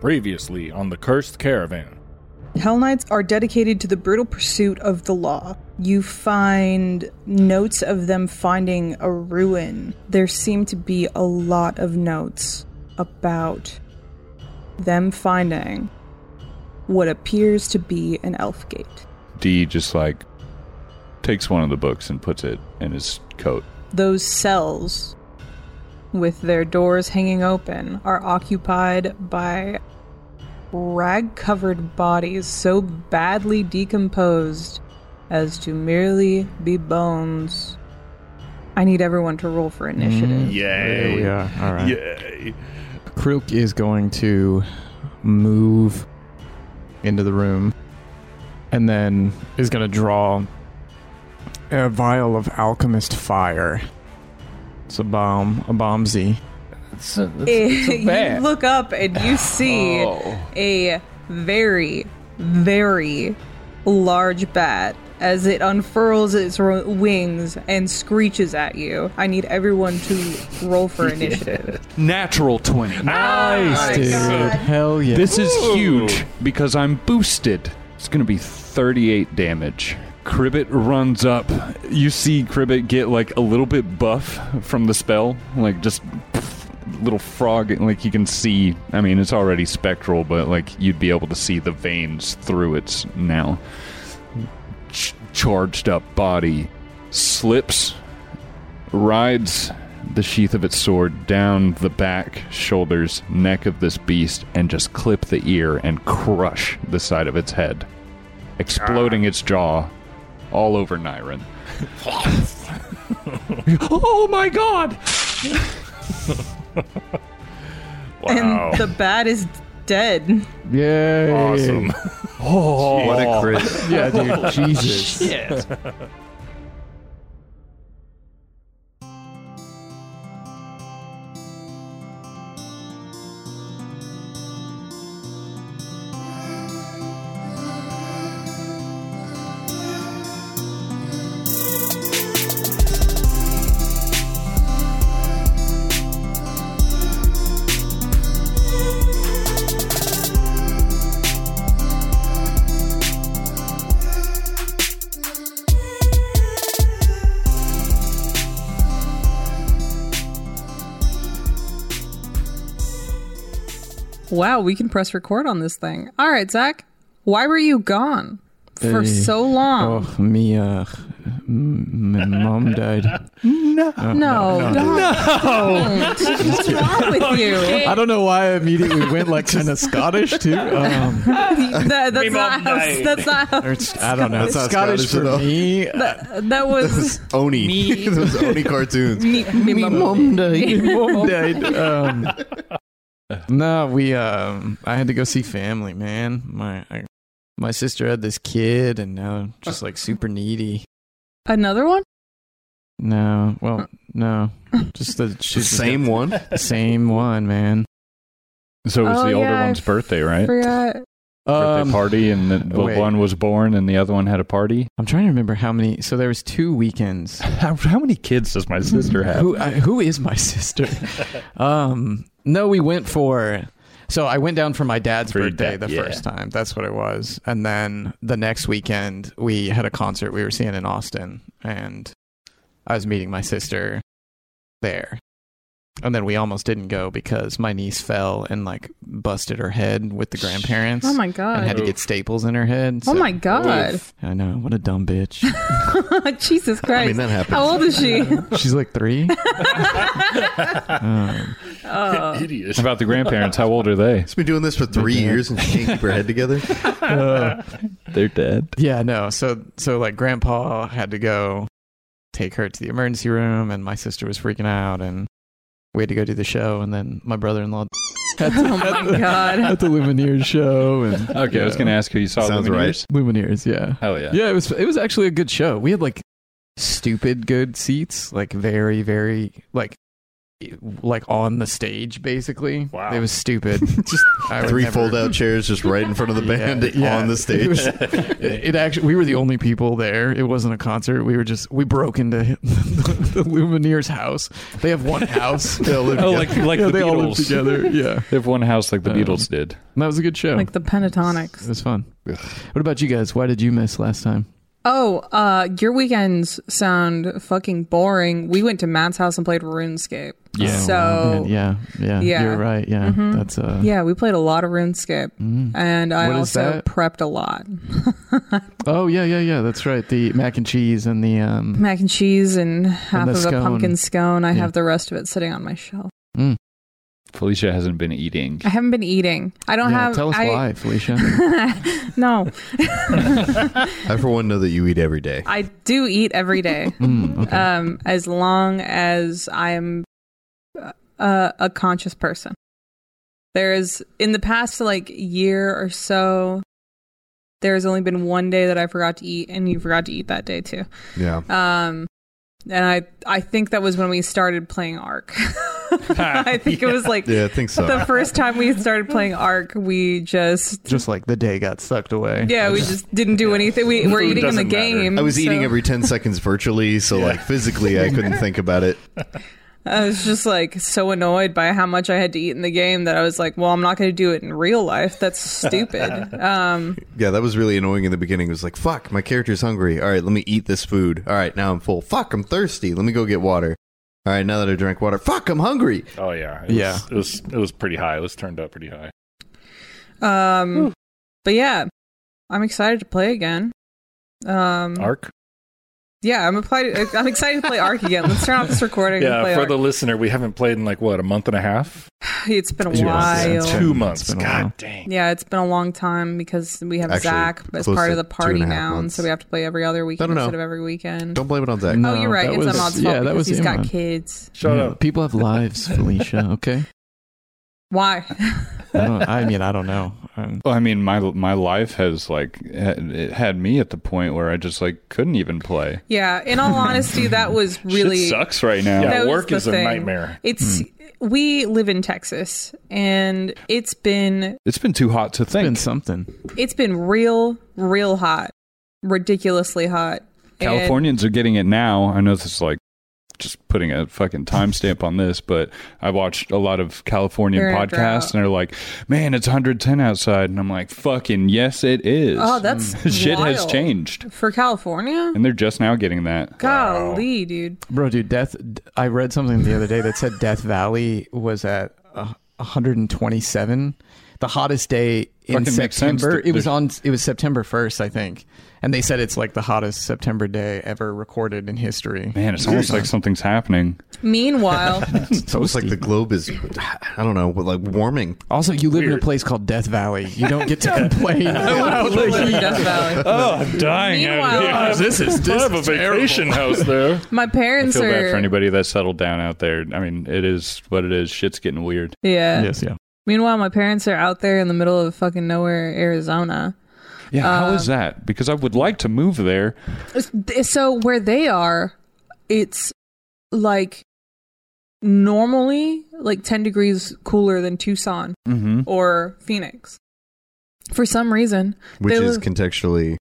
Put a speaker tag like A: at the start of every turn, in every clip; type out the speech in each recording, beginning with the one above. A: Previously on the Cursed Caravan.
B: Hell Knights are dedicated to the brutal pursuit of the law. You find notes of them finding a ruin. There seem to be a lot of notes about them finding what appears to be an elf gate.
C: D just like takes one of the books and puts it in his coat.
B: Those cells, with their doors hanging open, are occupied by rag covered bodies so badly decomposed as to merely be bones. I need everyone to roll for initiative.
D: There we
C: Yay!
D: are. All right.
C: Yay!
D: Krook is going to move into the room and then is going to draw a vial of alchemist fire. It's a bomb, a bombsy.
E: It's a, it's,
B: Eh,
E: it's a Oh. bat.
B: you look up and you see a very, very large bat as it unfurls its ro- wings and screeches at you. I need everyone to roll for initiative.
C: Natural twenty.
B: Nice,
D: Dude, hell yeah.
C: This is huge because I'm boosted. It's going to be 38 damage. Cribbit runs up. You see Cribbit get like a little bit buff from the spell, like just pff, little frog like you can see. I mean, it's already spectral, but like you'd be able to see the veins through its now ch- charged up body. Slips, rides the sheath of its sword down the back, shoulders, neck of this beast, and just clip the ear and crush the side of its head, exploding its jaw all over Niren. oh my god!
E: Oh.
B: And the bat is dead.
D: Yay.
A: Awesome.
C: Oh,
F: What a crit.
D: Yeah, dude. Jesus.
B: Wow, we can press record on this thing. All right, Zach, why were you gone for
D: Hey.
B: so long?
D: Oh, me, uh, m- my mom died. Oh,
B: No, don't. What's wrong with you?
D: I don't know why I immediately went like kind of Scottish too. Um,
B: That, that's, not how, that's not how.
D: or it's- I don't know.
F: That's not
D: Scottish,
F: Scottish at all.
D: for me.
B: That, that was.
F: Oni. Those Oni cartoons.
B: Me, me,
D: My mom died. My mom died. Um, no, we. Um, I had to go see family, man. My I, my sister had this kid, and now just like super needy.
B: Another one?
D: No, well, no, just the she's just
F: Same one.
D: got the same one, man.
C: So it was
B: Oh,
C: the older
B: yeah, I
C: one's birthday, right?
B: Forgot.
D: Um,
C: birthday party, and the, the
D: wait.
C: one was born, and the other one had a party.
D: I'm trying to remember how many. So there was two weekends.
C: How, how many kids does my sister have?
D: Who, I, who is my sister? um, no, we went for. So I went down for my dad's
C: For your
D: birthday
C: dad,
D: the
C: yeah.
D: first time. That's what it was. And then the next weekend, we had a concert we were seeing in Austin, and I was meeting my sister there. And then we almost didn't go because my niece fell and like busted her head with the grandparents
B: Oh my
D: and
B: god.
D: had to get staples in her head.
B: Oh
D: so-
B: my god.
D: I know. What a dumb bitch.
B: Jesus Christ.
F: I mean, that happens.
B: How old is she?
D: She's like three. Um,
B: Oh.
A: Idiot.
C: About the grandparents, how old are they?
F: She's been doing this for three years and she can't keep her head together.
C: They're dead.
D: Yeah, no. So so like grandpa had to go take her to the emergency room and my sister was freaking out and we had to go do the show and then my brother-in-law had
B: Oh my
D: had the-
B: God.
D: At the Lumineers show and
C: Okay, I was going to ask who you saw.
F: Sounds
C: Lumineers.
D: Lumineers, yeah.
C: Hell yeah.
D: Yeah, it was it was actually a good show. We had like stupid good seats, like very very like like on the stage basically.
A: Wow.
D: It was stupid. just
F: Three fold out chairs just right in front of the band on the
D: It,
F: stage.
D: was- it- it actually we were the only people there. It wasn't a concert. We were just we broke into the Lumineers house. They have one house.
F: They all live
C: Oh,
F: together.
C: like like
D: Yeah,
C: the
D: they all live
C: Beatles.
D: together. Yeah.
C: They have one house like the
D: Um,
C: Beatles did.
D: And that was a good show.
B: Like the
D: it
B: pentatonics.
D: was fun.
C: Ugh.
D: What about you guys? Why did you miss last time?
B: Oh, uh, your weekends sound fucking boring. We went to Matt's house and played RuneScape.
C: Yeah.
B: So
D: Oh, Man, yeah, yeah,
B: Yeah.
D: You're right. Yeah,
B: Mhm.
D: that's uh.
B: yeah, we played a lot of RuneScape,
D: mm.
B: and I
D: What is
B: also
D: that?
B: prepped a lot.
D: Oh yeah, yeah, yeah. That's right. The mac and cheese and the um.
B: mac and cheese and half
D: the
B: of a
D: scone.
B: pumpkin scone. I
D: Yeah.
B: have the rest of it sitting on my shelf.
C: Felicia hasn't been eating.
B: I haven't been eating. I don't
D: yeah,
B: have.
D: Tell us
B: I,
D: why, Felicia.
B: no,
F: I for one know that you eat every day.
B: I do eat every day,
D: Mm, okay.
B: um, as long as I'm a, a conscious person. There is in the past like year or so. There has only been one day that I forgot to eat, and you forgot to eat that day too.
F: Yeah.
B: Um, and I I think that was when we started playing Ark. I think it was like
F: Yeah, uh, I think so.
B: the first time we started playing Ark, we just
D: just like the day got sucked away.
B: yeah, we just didn't do anything. We were
A: Food
B: eating in the
A: doesn't matter.
B: game.
F: I was eating
B: so
F: every 10 seconds virtually, so like physically I couldn't think about it.
B: I was just like so annoyed by how much I had to eat in the game that I was like, well, I'm not going to do it in real life. That's stupid. um,
F: Yeah, that was really annoying in the beginning. It was like, fuck, my character's hungry. All right, let me eat this food. All right, now I'm full. Fuck, I'm thirsty. Let me go get water. All right, now that I drank water, fuck, I'm hungry.
A: Oh yeah, it was,
D: Yeah.
A: It was it was pretty high. It was turned up pretty high.
B: um, but yeah, I'm excited to play again. Um,
A: Arc.
B: yeah, I'm applied, I'm excited to play Ark again. Let's turn off this recording. and play
A: Yeah, for
B: Ark.
A: the listener, we haven't played in like what a month and a half,
B: it's been a
D: Yes,
B: while.
D: it's been-
A: two
D: it's
A: months.
D: been a
A: God
D: while.
A: dang.
B: Yeah, it's been a long time because we have
F: Actually,
B: Zach as
F: close
B: part
F: to
B: of the
F: two
B: party
F: and a half
B: now, and
F: months.
B: so we have to play every other weekend
F: No, no, no.
B: instead of every weekend.
F: Don't blame it on Zach.
D: No,
B: oh, you're right.
D: that
B: It's
D: was-
B: Ahmad's fault
D: yeah, that
B: because
D: was
B: he's got
D: Imran.
B: kids.
A: Shut
D: Yeah,
A: up.
D: People have lives, Felicia. Okay.
B: Why?
D: I, don't, I mean, I don't know. I'm,
C: Well, I mean, my my life has like had, it had me at the point where I just like couldn't even play.
B: yeah. In all honesty, that was really
C: Shit sucks right now.
A: Yeah,
B: That was
A: work
B: the
A: is a
B: thing.
A: nightmare.
B: It's
F: Hmm.
B: we live in Texas, and it's been
C: It's been too hot to
D: been
C: think.
D: something.
B: it's been real, real hot, ridiculously hot. And-
C: Californians are getting it now. I know this is like just putting a fucking timestamp on this, but I watched a lot of Californian
B: They're in a drought.
C: podcasts and they're like, "Man, it's 110 outside," and I'm like, "Fucking yes, it is."
B: oh, that's
C: shit has
B: wild.
C: changed,
B: for California.
C: and they're just now getting that.
B: Golly, dude.
D: Bro, dude, Death. d- I read something the other day that said Death Valley was at uh, 127, the hottest day in
C: Fucking makes sense
D: September.
C: that
D: It was
C: there's-
D: on. It was September 1st, I think, and they said it's like the hottest September day ever recorded in history.
C: Man, it's almost like something. something's happening.
B: Meanwhile,
D: It's
F: It's almost like the globe is, I don't know, like warming.
D: Also, you live in
A: Weird.
D: a place called Death Valley. You don't get to complain.
B: we live in Death Valley.
C: Oh, I'm dying.
B: out Meanwhile- here. I have-
C: this is
A: I have a vacation house there.
B: My
C: I
B: parents
C: feel
B: are
C: bad for anybody that settled down out there. I mean, it is what it is. Shit's getting weird.
B: Yeah.
D: yes, yeah.
B: Meanwhile, my parents are out there in the middle of fucking nowhere, Arizona.
C: Yeah, how
B: Uh,
C: is that? Because I would like to move there.
B: So where they are, it's like normally like 10 degrees cooler than Tucson
C: Mm-hmm.
B: or Phoenix. For some reason,
F: Which
B: They
F: is
B: live-
F: contextually,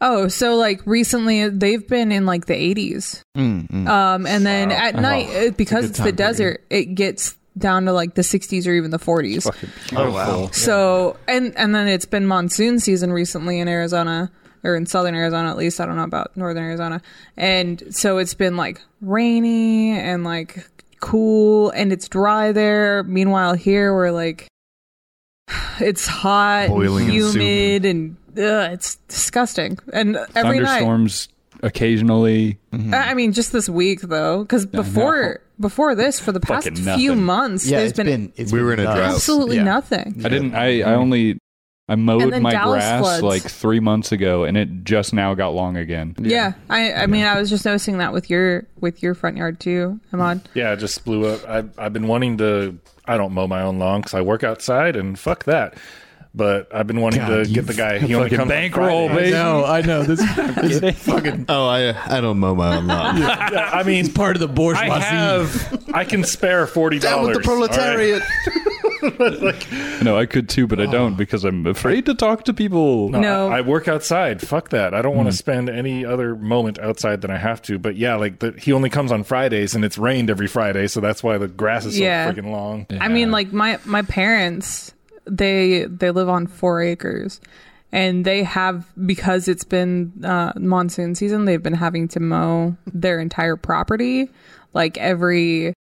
B: oh, so like recently uh, they've been in like the 80s.
D: Mm, mm.
B: Um and then
A: Wow.
B: at
D: Oh,
B: night
D: it's
B: uh because
D: good
B: it's the
D: time period.
B: desert, it gets down to like the 60s or even the 40s. So and and then it's been monsoon season recently in Arizona or in southern Arizona at least I don't know about northern Arizona and so it's been like rainy and like cool and it's dry there meanwhile here we're like it's hot
F: Boiling
B: and
F: in soup.
B: humid and ugh, it's disgusting and every night
C: Thunderstorms occasionally.
B: I I mean just this week though cuz before before this for the past
C: Fucking
B: few
C: nothing.
B: months
D: yeah,
B: there's
D: it's been, it's
F: We
D: been
F: were in a
D: nuts.
F: drought.
B: absolutely
D: Yeah.
B: nothing
C: I didn't. I, I only. I mowed
B: then
C: my
B: Dallas
C: grass
B: floods.
C: like three months ago, and it just now got long again.
B: Yeah, I, I mean, I was just noticing that with your with your front yard too, Ahmad.
A: Yeah, it just blew up. I, I've been wanting to. I don't mow my own lawn because I work outside, and fuck that. but I've been wanting
D: God,
A: to
D: you
A: get the guy. He only
C: fucking
A: comes on
C: bankroll,
A: Fridays.
C: baby.
D: No, I know this. this is fucking
F: Oh, I I don't Momo. I'm not.
A: Yeah, I mean,
D: part of the bourgeoisie.
A: I have. I can spare forty
F: Down
A: dollars.
F: with the proletariat.
C: No, I could too, but I don't because I'm afraid to talk to people.
A: No,
B: No. Hmm.
A: I, I work outside. Fuck that. I don't want to spend any other moment outside than I have to. But yeah, like the, he only comes on Fridays, and it's rained every Friday, so that's why the grass is so
B: Yeah.
A: freaking long.
B: I mean, like my my parents, they they live on four acres, and they have because it's been uh, monsoon season. They've been having to mow their entire property, like every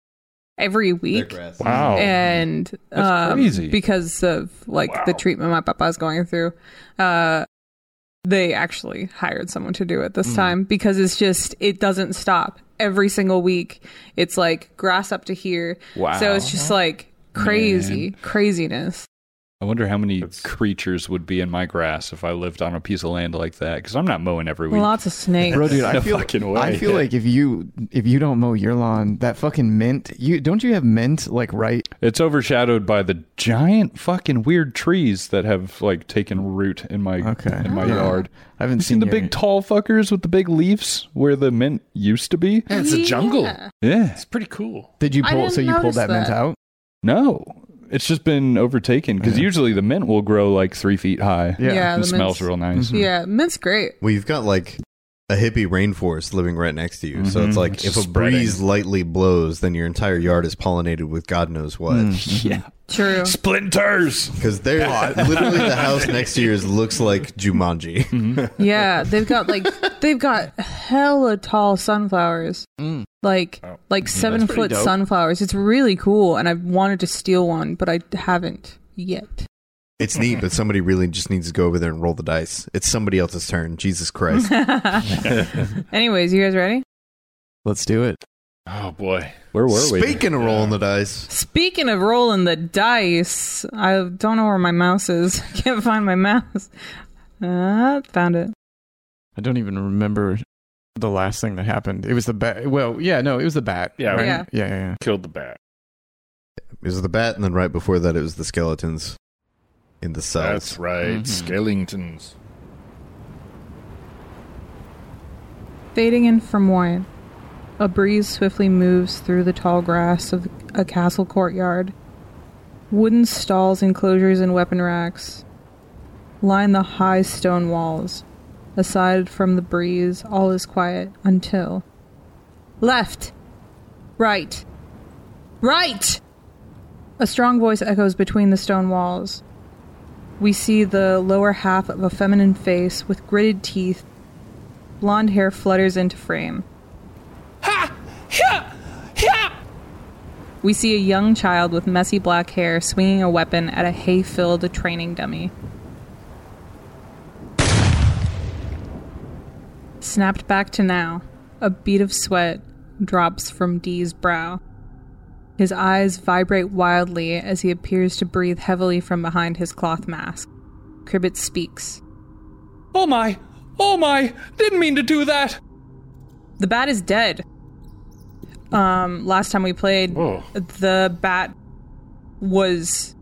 B: every week,
A: Wow.
B: eh. and
C: That's
B: um,
C: crazy.
B: because of like the
A: Wow.
B: treatment my papa's going through. Uh, they actually hired someone to do it
A: Mm.
B: this time because it's just it doesn't stop every single week. It's like grass up to here,
C: Wow.
B: so it's just like crazy craziness.
C: I wonder how many creatures would be in my grass if I lived on a piece of land like that because I'm not mowing every week.
B: Lots of snakes.
D: Bro, dude, I
C: No
D: feel,
C: fucking way.
D: I feel like if you if you don't mow your lawn, that fucking mint. You don't you have mint like right?
C: It's overshadowed by the giant fucking weird trees that have like taken root in my
D: Okay.
B: Ah.
C: in my
D: Yeah.
C: yard.
D: I haven't
C: You seen the
D: your-
C: big tall fuckers with the big leaves where the mint used to be?
A: Yeah, it's a jungle.
B: Yeah.
C: Yeah.
A: It's pretty cool.
D: Did you
B: I
D: pull? So
B: didn't
D: you pulled
B: notice
D: that, mint
B: that.
D: out?
C: No. It's just been overtaken because
D: Yeah.
C: usually the mint will grow like three feet high.
D: Yeah.
B: Yeah,
C: and
B: the mint's-
C: smells
B: Mm-hmm.
C: real Mm. nice.
D: Mhm.
B: Yeah, mint's great.
F: Well, you've got like a hippie rainforest living right next to you, so
C: Mhm.
F: it's like
C: It's
F: if a
C: just spreading.
F: breeze lightly blows, then your entire yard is pollinated with God knows what.
D: Mm.
C: Yeah.
B: True.
C: Splinters.
F: Because they're literally the house next to yours looks like Jumanji.
C: Mm-hmm.
B: Yeah, they've got like they've got hella tall sunflowers.
D: Mm.
B: Like
A: Oh.
B: like seven
D: pretty
B: foot
D: dope.
B: sunflowers. It's really cool, and I've wanted to steal one, but I haven't yet.
F: It's neat, but somebody really just needs to go over there and roll the dice. It's somebody else's turn. Jesus Christ.
B: Anyways, you guys ready?
D: Let's do it.
A: Oh boy.
C: Where were we?
F: Speaking of rolling the dice,
B: Speaking of rolling the dice, I don't know where my mouse is. I can't find my mouse. Uh, found it.
D: I don't even remember the last thing that happened. It was the bat. Well, yeah, no, it was the bat.
A: Yeah,
D: right?
B: Yeah.
D: yeah, yeah, yeah.
A: Killed the bat.
F: it was the bat, and then right before that, it was the skeletons in the cells.
A: That's right.
D: Mhm.
A: Skeletons.
B: Fading in from wine, a breeze swiftly moves through the tall grass of a castle courtyard. Wooden stalls, enclosures, and weapon racks line the high stone walls. Aside from the breeze, all is quiet until. Left! Right! Right! A strong voice echoes between the stone walls. We see the lower half of a feminine face with gritted teeth Blonde hair flutters into frame. We see a young child with messy black hair swinging a weapon at a hay filled training dummy. Snapped back to now, a bead of sweat drops from Dee's brow. His eyes vibrate wildly as he appears to breathe heavily from behind his cloth mask. Cribbit speaks.
C: Oh my. Oh my. Didn't mean to do that.
B: The bat is dead. Um, last time we played,
A: Whoa.
B: the bat was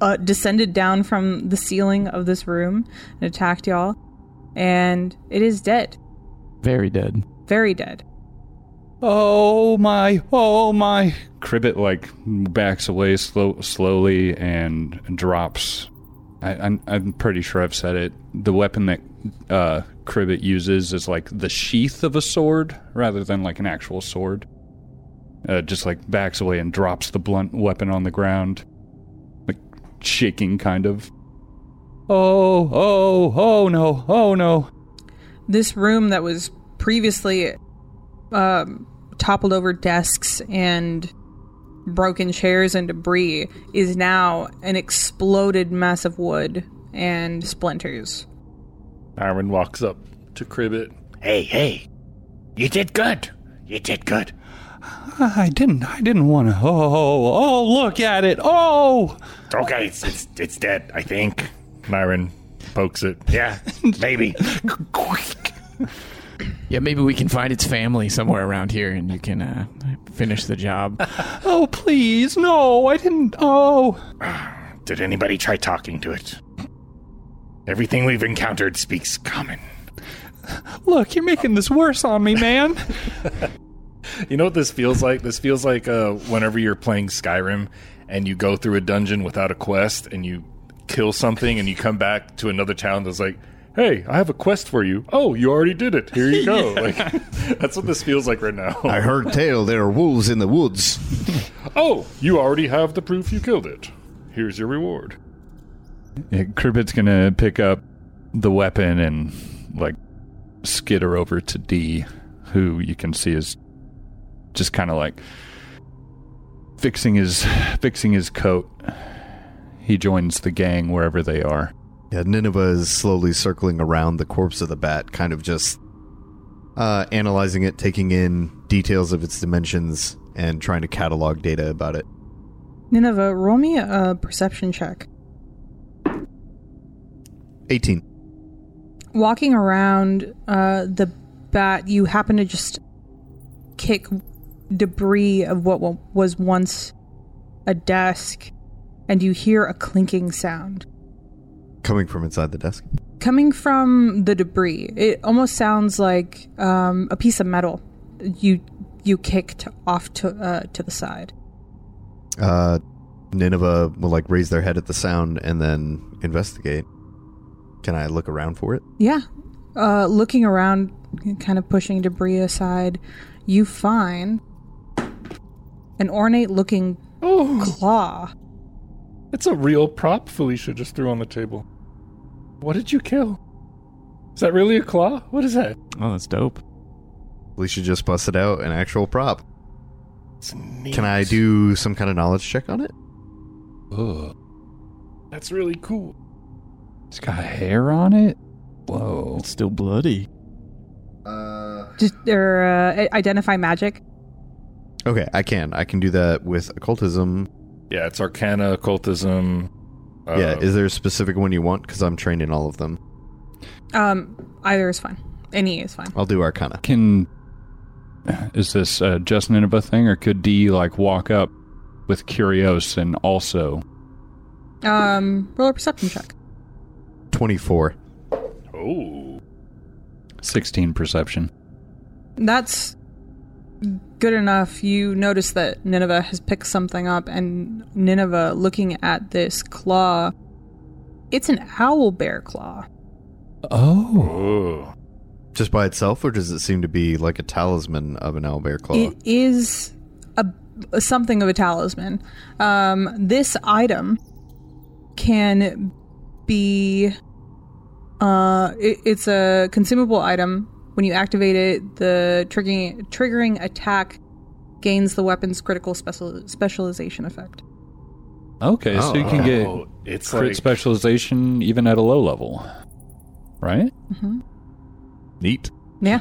B: uh, descended down from the ceiling of this room and attacked y'all, and it is dead,
D: Very dead.
B: very dead.
C: Oh my, oh my. Cribbit like backs away slow, slowly and drops. I, I'm, I'm pretty sure I've said it. The weapon that uh, Cribbit uses is like the sheath of a sword rather than like an actual sword. Uh, just like backs away and drops the blunt weapon on the ground. Like shaking, kind of. Oh, oh, oh no, oh no.
B: This room that was previously um, toppled over desks and broken chairs and debris is now an exploded mass of wood and splinters.
A: Armin walks up to Cribbit.
E: Hey, hey. You did good. You did good.
C: I didn't, I didn't want to. Oh, oh, look at it. Oh!
E: It's okay. It's, it's, it's dead, I think.
A: Myron pokes it.
E: Yeah, maybe.
D: Yeah, maybe we can find its family somewhere around here, and you can uh, finish the job.
C: Oh, please, no, I didn't. Oh,
E: Did anybody try talking to it? Everything we've encountered speaks common.
C: Look, you're making this worse on me, man.
A: You know what this feels like? This feels like uh, whenever you're playing Skyrim and you go through a dungeon without a quest and you kill something and you come back to another town that's like, hey, I have a quest for you. Oh, you already did it. Here you go. Like that's what this feels like right now.
F: I heard tale there are wolves in the woods.
A: oh, you already have the proof you killed it. Here's your reward.
C: Yeah, Cribbit's gonna pick up the weapon and like skitter over to D, who you can see is just kind of like fixing his fixing his coat. He joins the gang wherever they are.
F: Yeah, Nineveh is slowly circling around the corpse of the bat, kind of just uh, analyzing it, taking in details of its dimensions, and trying to catalog data about it.
B: Nineveh, roll me a perception check.
F: 18.
B: walking around uh, the bat, you happen to just kick debris of what wa- was once a desk, and you hear a clinking sound
F: Coming from inside the desk.
B: coming from the debris. It almost sounds like um, a piece of metal you you kicked off to uh, to the side.
F: Uh, Nineveh will like raise their head at the sound and then investigate. Can I look around for it?
B: Yeah. Uh, looking around, kind of pushing debris aside, you find an ornate looking
A: Oh,
B: claw.
A: it's a real prop Felicia just threw on the table. What did you kill? Is that really a claw? What is that?
D: Oh, that's dope.
F: Alicia just busted out an actual prop.
A: It's neat.
F: Can I do some kind of knowledge check on it?
C: Ugh.
A: That's really cool.
C: It's got hair on it. Whoa.
G: It's still bloody.
F: Uh,
B: Just or uh, identify magic.
F: okay, I can. I can do that with occultism.
A: Yeah, it's Arcana, Occultism. Uh,
F: yeah, is there a specific one you want? Because I'm trained in all of them.
B: Um, either is fine. Any is fine.
F: I'll do Arcana.
C: Can is this a just Nineveh thing, or could D like walk up with Curios and also?
B: Um, roll a perception check.
F: 24.
A: oh,
C: 16 perception.
B: That's good enough. You notice that Nineveh has picked something up, and Nineveh, looking at this claw, it's an owl bear claw.
C: Oh.
A: oh,
F: Just by itself, or does it seem to be like a talisman of an owlbear claw?
B: It is a, something of a talisman. Um, this item can be. Uh, it, it's a consumable item. When you activate it, the triggering triggering attack gains the weapon's critical special, specialization effect.
C: Okay, so
F: Oh,
C: you can
F: okay.
C: get
A: Oh, it's
C: crit
A: like
C: specialization even at a low level, right?
F: Neat.
B: Yeah,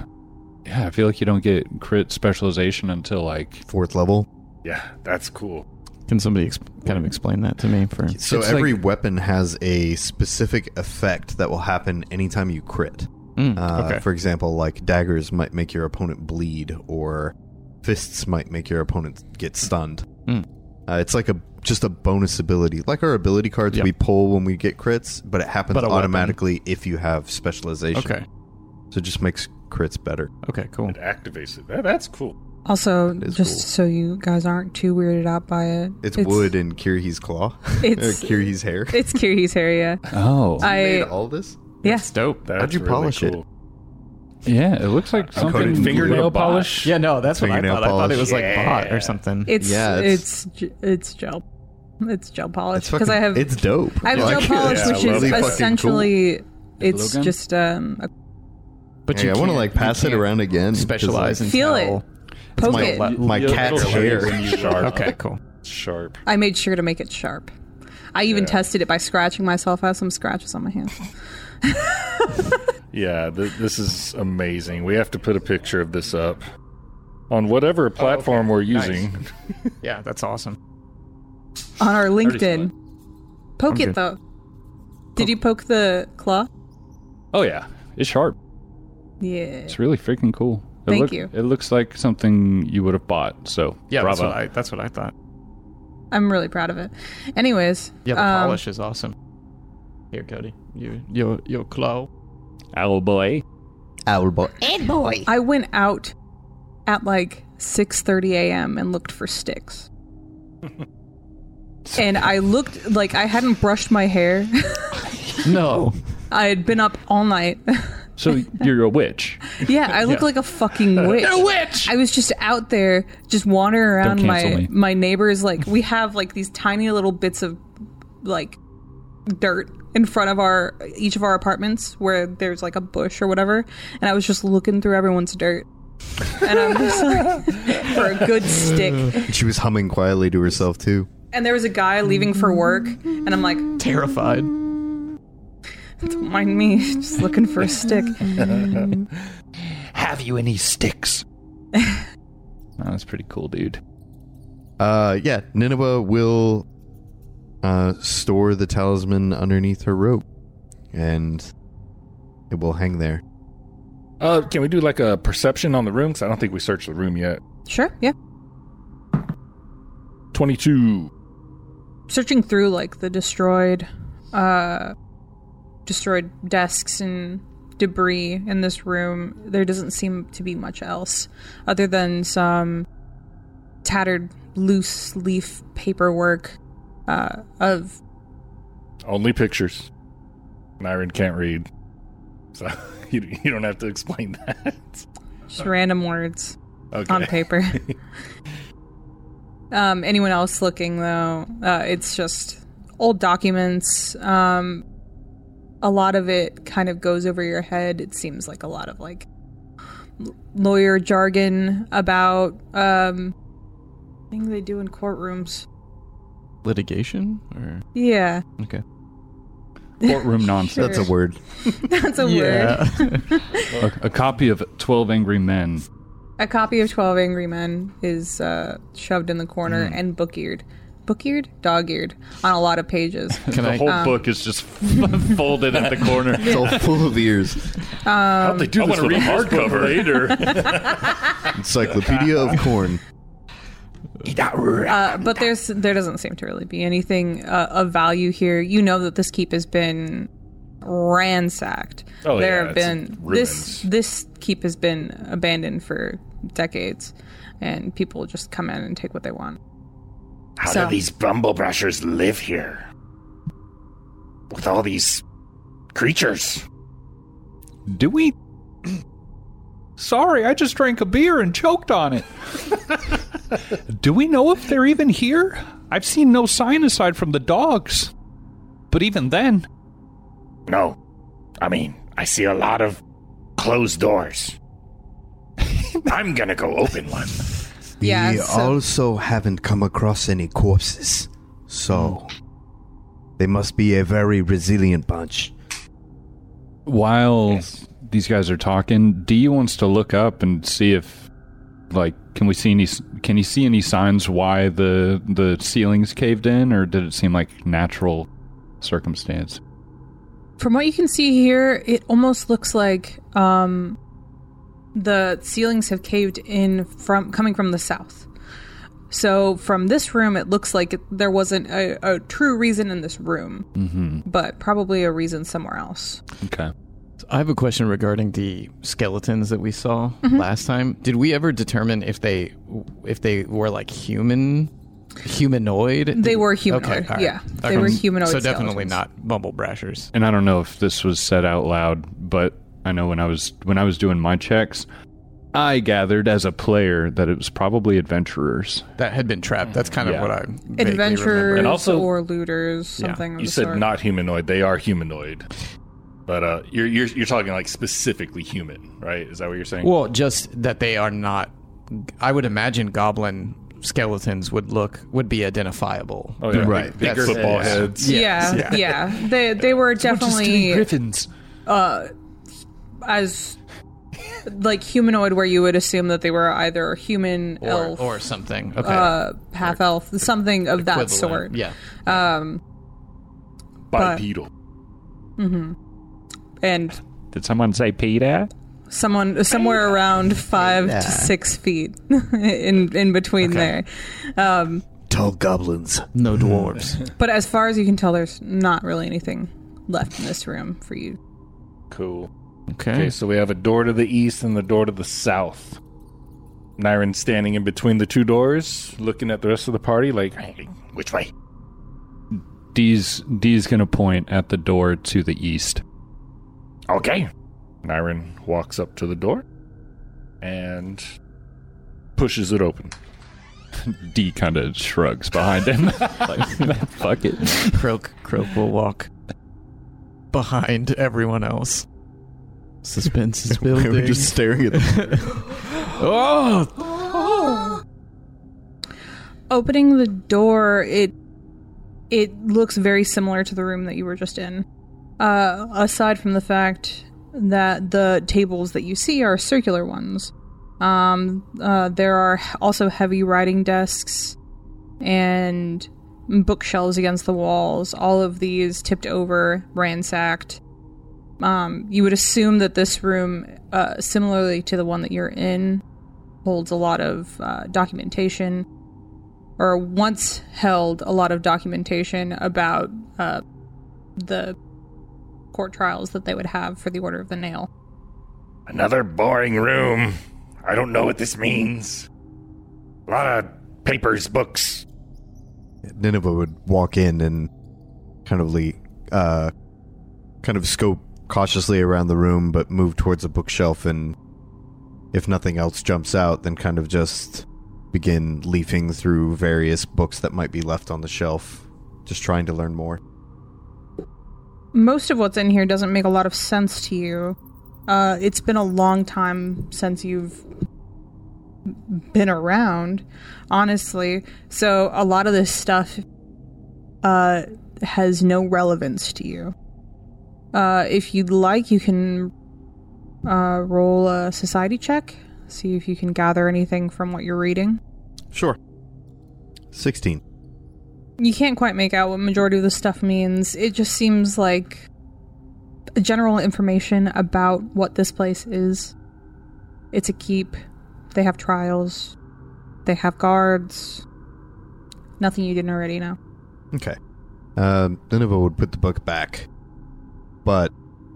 C: Yeah, I feel like you don't get crit specialization until like
F: Fourth level.
A: yeah, that's cool.
D: Can somebody ex- kind of explain that to me? For
F: So
C: It's
F: every
C: like-
F: weapon has a specific effect that will happen anytime you crit.
D: Mm,
F: Uh,
D: okay,
F: For example, like daggers might make your opponent bleed, or fists might make your opponent get stunned.
D: Mm.
F: Uh, it's like a just a bonus ability, like our ability cards
D: Yeah.
F: we pull when we get crits, but it happens
D: But a weapon.
F: automatically if you have specialization.
D: okay,
F: so it just makes crits better.
D: okay, cool.
A: It activates it. That, that's cool.
B: Also,
F: That is
B: just
F: cool.
B: so you guys aren't too weirded out by it,
F: It's, wood and Kirih's claw,
B: It's-
F: or Kirihi's hair.
B: It's Kiri's area.
C: oh
B: I-
F: made all this.
B: Yes,
D: dope.
A: That's
F: How'd you
A: really
F: polish it?
A: cool.
C: yeah, it looks like
A: I coated
C: something
A: fingernail polish.
D: Yeah, no, that's what I
F: Fingernail
D: thought. I thought it
F: polish.
D: was like bot
A: Yeah.
D: or something.
B: it's
F: Yeah,
B: it's
F: it's-
B: it's, it's gel, it's gel polish
F: It's
B: because I
F: fucking-
B: have
F: It's dope.
B: I have
F: Like,
B: gel polish,
A: yeah,
B: which
A: I love
B: is
A: it.
B: essentially it's
C: Logan?
B: just um a,
D: but
F: Hey, I want to
D: can't-
F: like
D: you
F: pass it
D: can't
F: around again. 'cause,
D: Specialize
F: like,
D: and
B: Feel it. poke
D: my
B: it.
D: left-
F: my
C: Yeah,
F: cat's
C: it'll-
F: hair.
A: When you sharp,
D: Okay, cool.
A: sharp.
B: I made sure to make it sharp. I even
A: Yeah.
B: tested it by scratching myself. I have some scratches on my hands.
A: Yeah, th- this is amazing. We have to put a picture of this up on whatever platform we're
D: Oh, Nice.
A: using.
D: Yeah, that's awesome.
B: On our
C: saw
B: LinkedIn,
C: it.
B: poke
D: I'm
B: it
D: good.
B: though. Did you poke the claw?
C: Oh yeah, it's sharp.
B: Yeah.
C: It's really freaking cool. It
B: Thank
C: look-
B: you.
C: It looks like something you would have bought. So
D: Yeah, that's
C: bravo.
D: what I that's what I thought.
B: I'm really proud of it. Anyways,
D: Yeah, the
B: um,
D: polish is awesome. Here, Cody, you your your claw.
C: Owl boy.
F: Owl boy.
B: Eh. I went out at like 6:30 a.m. and looked for sticks. and I looked like I hadn't brushed my hair.
C: No.
B: I had been up all night.
C: So you're a witch.
B: yeah, I look like a fucking witch.
C: witch.
B: I was just out there, just wandering around
C: Don't
B: my
C: cancel me.
B: my neighbors. Like we have like these tiny little bits of like dirt in front of our each of our apartments where there's like a bush or whatever. And I was just looking through everyone's dirt, and I'm just like for a good stick.
F: She was humming quietly to herself too.
B: And there was a guy leaving for work, and I'm like,
D: Terrified.
B: don't mind me, just looking for a stick.
C: Have you any sticks? Oh, that's pretty cool, dude.
F: Uh, yeah, Nineveh will uh, store the talisman underneath her rope, and it will hang there.
A: Uh, can we do like a perception on the room? Because I don't think we searched the room yet.
B: Sure, yeah.
A: Twenty-two.
B: searching through like the destroyed uh destroyed desks and debris in this room there doesn't seem to be much else other than some tattered loose leaf paperwork uh of
A: Only pictures. Myron can't read, so you, you don't have to explain that.
B: just random words
A: Okay.
B: on paper um anyone else looking though uh it's just old documents um a lot of it kind of goes over your head it seems like a lot of like l- lawyer jargon about um things they do in courtrooms
D: Litigation or
B: yeah
D: okay.
C: Courtroom nonsense.
F: That's a word.
B: that's a word
C: A, a copy of Twelve Angry Men.
B: a copy of 12 angry men is uh shoved in the corner and book-eared book-eared dog-eared on a lot of pages
D: Can
C: the
D: I?
C: whole book is just folded at the corner.
F: It's all full of ears.
A: How'd they do
C: I
A: this
C: wanna
A: with a
C: read this book
A: hardcover? Later.
F: Encyclopedia of corn.
B: Uh, but there's there doesn't seem to really be anything uh, of value here. You know that this keep has been ransacked.
A: Oh, yeah,
B: there have
A: it's
B: been
A: ruins.
B: this this keep has been abandoned for decades, and people just come in and take what they want.
E: How
B: So-
E: do these bumblebrashers live here? With all these creatures?
C: Do we? Sorry, I just drank a beer and choked on it. Do we know if they're even here? I've seen no sign aside from the dogs. But even then,
E: No. I mean, I see a lot of closed doors. I'm gonna go open one.
B: Yeah,
F: we
B: so-
F: also haven't come across any corpses, so
B: Hmm.
F: they must be a very resilient bunch.
C: while these guys are talking, Dee wants to look up and see if, like, can we see any? Can you see any signs why the the ceilings caved in, or did it seem like natural circumstance?
B: From what you can see here, it almost looks like um, the ceilings have caved in from coming from the south. So from this room, it looks like it, there wasn't a, a true reason in this room, mm-hmm. but probably a reason somewhere else.
C: Okay.
D: I have a question regarding the skeletons that we saw
B: Mm-hmm.
D: last time. Did we ever determine if they if they were like human, humanoid?
B: They were
D: Okay,
B: humanoid.
D: all right.
B: Yeah, they
D: Okay.
B: were humanoid.
D: So definitely
B: skeletons.
D: not bumble brashers.
C: and I don't know if this was said out loud, but I know when I was when I was doing my checks, I gathered as a player that it was probably adventurers.
D: That had been trapped. That's kind
C: Yeah.
D: of what I vaguely
B: adventurers
A: And
D: remember.
A: also-
B: or looters. Something of
A: you
B: the
A: said
B: sort.
A: not humanoid. They are humanoid, but uh, you're you're you're talking like specifically human, right? Is that what you're saying?
D: Well, just that they are not. I would imagine goblin skeletons would look would be identifiable.
A: oh, yeah.
F: right.
A: Big, big
D: That's-
A: football
D: yeah.
A: heads.
B: Yeah, yeah, They they were definitely
C: griffins.
B: as like humanoid where you would assume that they were either human
D: Or,
B: elf
D: or something. Okay.
B: uh half elf something of that
D: Equivalent.
B: sort
D: Yeah.
A: Bipedal.
B: Mm-hmm. and
C: Did someone say Peter?
B: someone somewhere around five to six feet in in between there um
F: tall goblins.
D: No dwarves.
B: But as far as you can tell, there's not really anything left in this room for you.
A: Cool.
D: okay.
A: Okay, so we have a door to the east and the door to the south. Niren standing in between the two doors, looking at the rest of the party like,
E: Which way?
C: Dee's Dee's gonna point at the door to the east.
E: Okay.
A: Niren walks up to the door and pushes it open.
C: D kind of shrugs behind him. like, fuck it.
D: Croak Croak will walk behind everyone else. Suspense is
F: We
D: building.
F: were just staring at them.
D: oh,
B: Opening the door, it it looks very similar to the room that you were just in. Uh, aside from the fact that the tables that you see are circular ones, um, uh, there are also heavy writing desks and bookshelves against the walls. All of these tipped over, ransacked. Um, you would assume that this room, uh, similarly to the one that you're in, holds a lot of uh, documentation, or once held a lot of documentation about uh, the court trials that they would have for the Order of the Nail.
E: Another boring room. I don't know what this means. A lot of papers, books.
F: Nineveh would walk in and kind of le- uh, kind of scope cautiously around the room, but move towards a bookshelf, and if nothing else jumps out, then kind of just begin leafing through various books that might be left on the shelf, just trying to learn more.
B: most of what's in here doesn't make a lot of sense to you. Uh, it's been a long time since you've been around, honestly. So a lot of this stuff uh, has no relevance to you. Uh, if you'd like, you can uh, roll a society check, see if you can gather anything from what you're reading.
F: Sure. Sixteen.
B: You can't quite make out what majority of the stuff means. It just seems like general information about what this place is. It's a keep. They have trials. They have guards. Nothing you didn't already know.
F: Okay. Uh, Nineveh would put the book back, but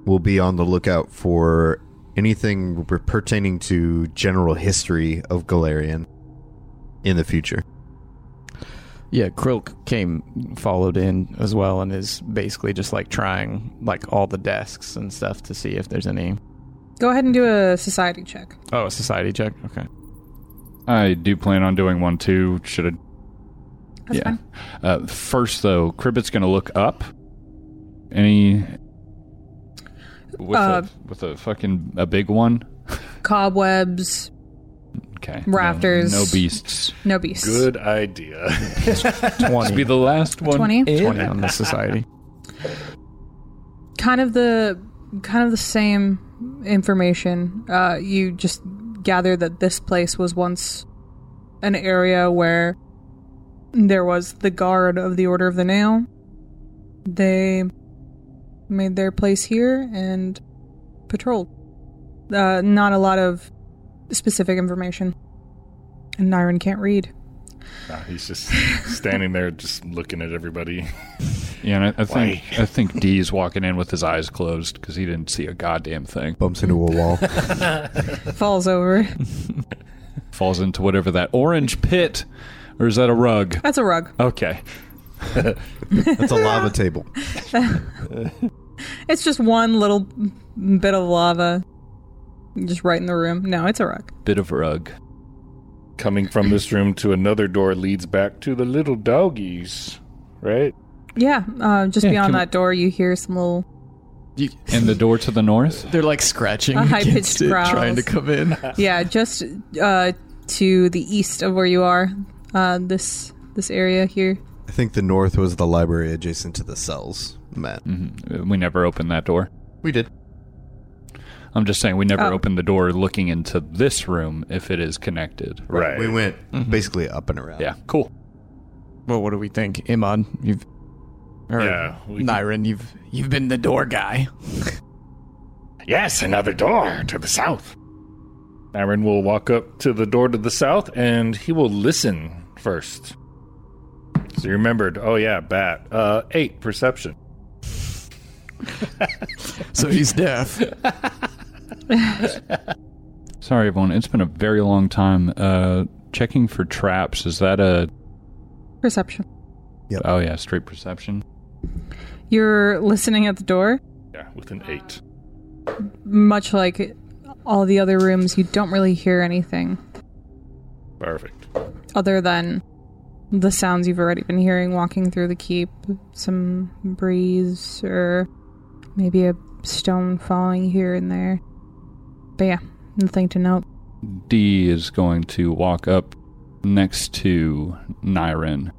F: will be on the lookout for anything re- pertaining to general history of Galarian in the future.
D: yeah. Croak came, followed in as well, and is basically just like trying like all the desks and stuff to see if there's any.
B: Go ahead and do a society check.
D: Oh, a society check. Okay.
C: I do plan on doing one too. Should I?
B: That's fine.
C: Uh, first, though, Cribbit's going to look up. Any with
B: Uh,
C: a with a fucking a big one.
B: Cobwebs,
C: Okay.
B: Rafters.
C: No, no beasts.
B: no beasts.
A: Good idea.
C: This be the last one.
B: 20?
C: in.
D: Twenty on the society.
B: kind of the kind of the same information uh, you just gather that this place was once an area where there was the guard of the order of the nail they made their place here and patrolled uh, not a lot of specific information and Niren can't read
A: Nah, he's just standing there, just looking at everybody.
C: Yeah, and I, I think I think D's walking in with his eyes closed because he didn't see a goddamn thing.
F: Bumps into
B: Mm.
F: a wall.
B: falls over
C: Falls into whatever that orange pit, or is that a rug?
B: that's a rug
C: Okay.
F: That's a lava table.
B: it's just one little bit of lava just right in the room no it's a rug
C: Bit of rug.
A: Coming from this room to another door leads back to the little doggies, right?
B: Yeah, uh, just
C: Yeah,
B: beyond
C: can-
B: that door, you hear some little.
C: And the door to the north.
D: They're like scratching
B: A high-pitched
D: against it,
B: growls.
D: trying to come in.
B: Yeah, just uh, to the east of where you are, uh, this this area here.
F: I think the north was the library adjacent to the cells, Matt.
D: Mm.
C: Mhm. We never opened that door.
F: We did.
C: I'm just saying we never
B: Oh.
C: opened the door looking into this room if it is connected.
A: Right.
F: We went
D: Mm-hmm.
F: basically up and around.
C: Yeah, cool.
D: Well, what do we think, Imad? You've or
A: Yeah, we-
D: Niren, you've you've been the door guy.
E: Yes, another door to the south.
A: Aaron will walk up to the door to the south and he will listen first. So you remembered, oh yeah, bat. Uh, eight, perception.
D: So he's deaf.
C: Sorry, everyone. It's been a very long time. Uh, checking for traps. Is that a.
B: Perception.
C: Oh, yeah, straight perception?
B: You're listening at the door,
A: Yeah, with an eight.
B: much like all the other rooms. You don't really hear anything
A: Perfect.
B: other than the sounds you've already been hearing walking through the keep, some breeze, or maybe a stone falling here and there. But yeah, nothing to note.
C: D is going to walk up next to Nyrin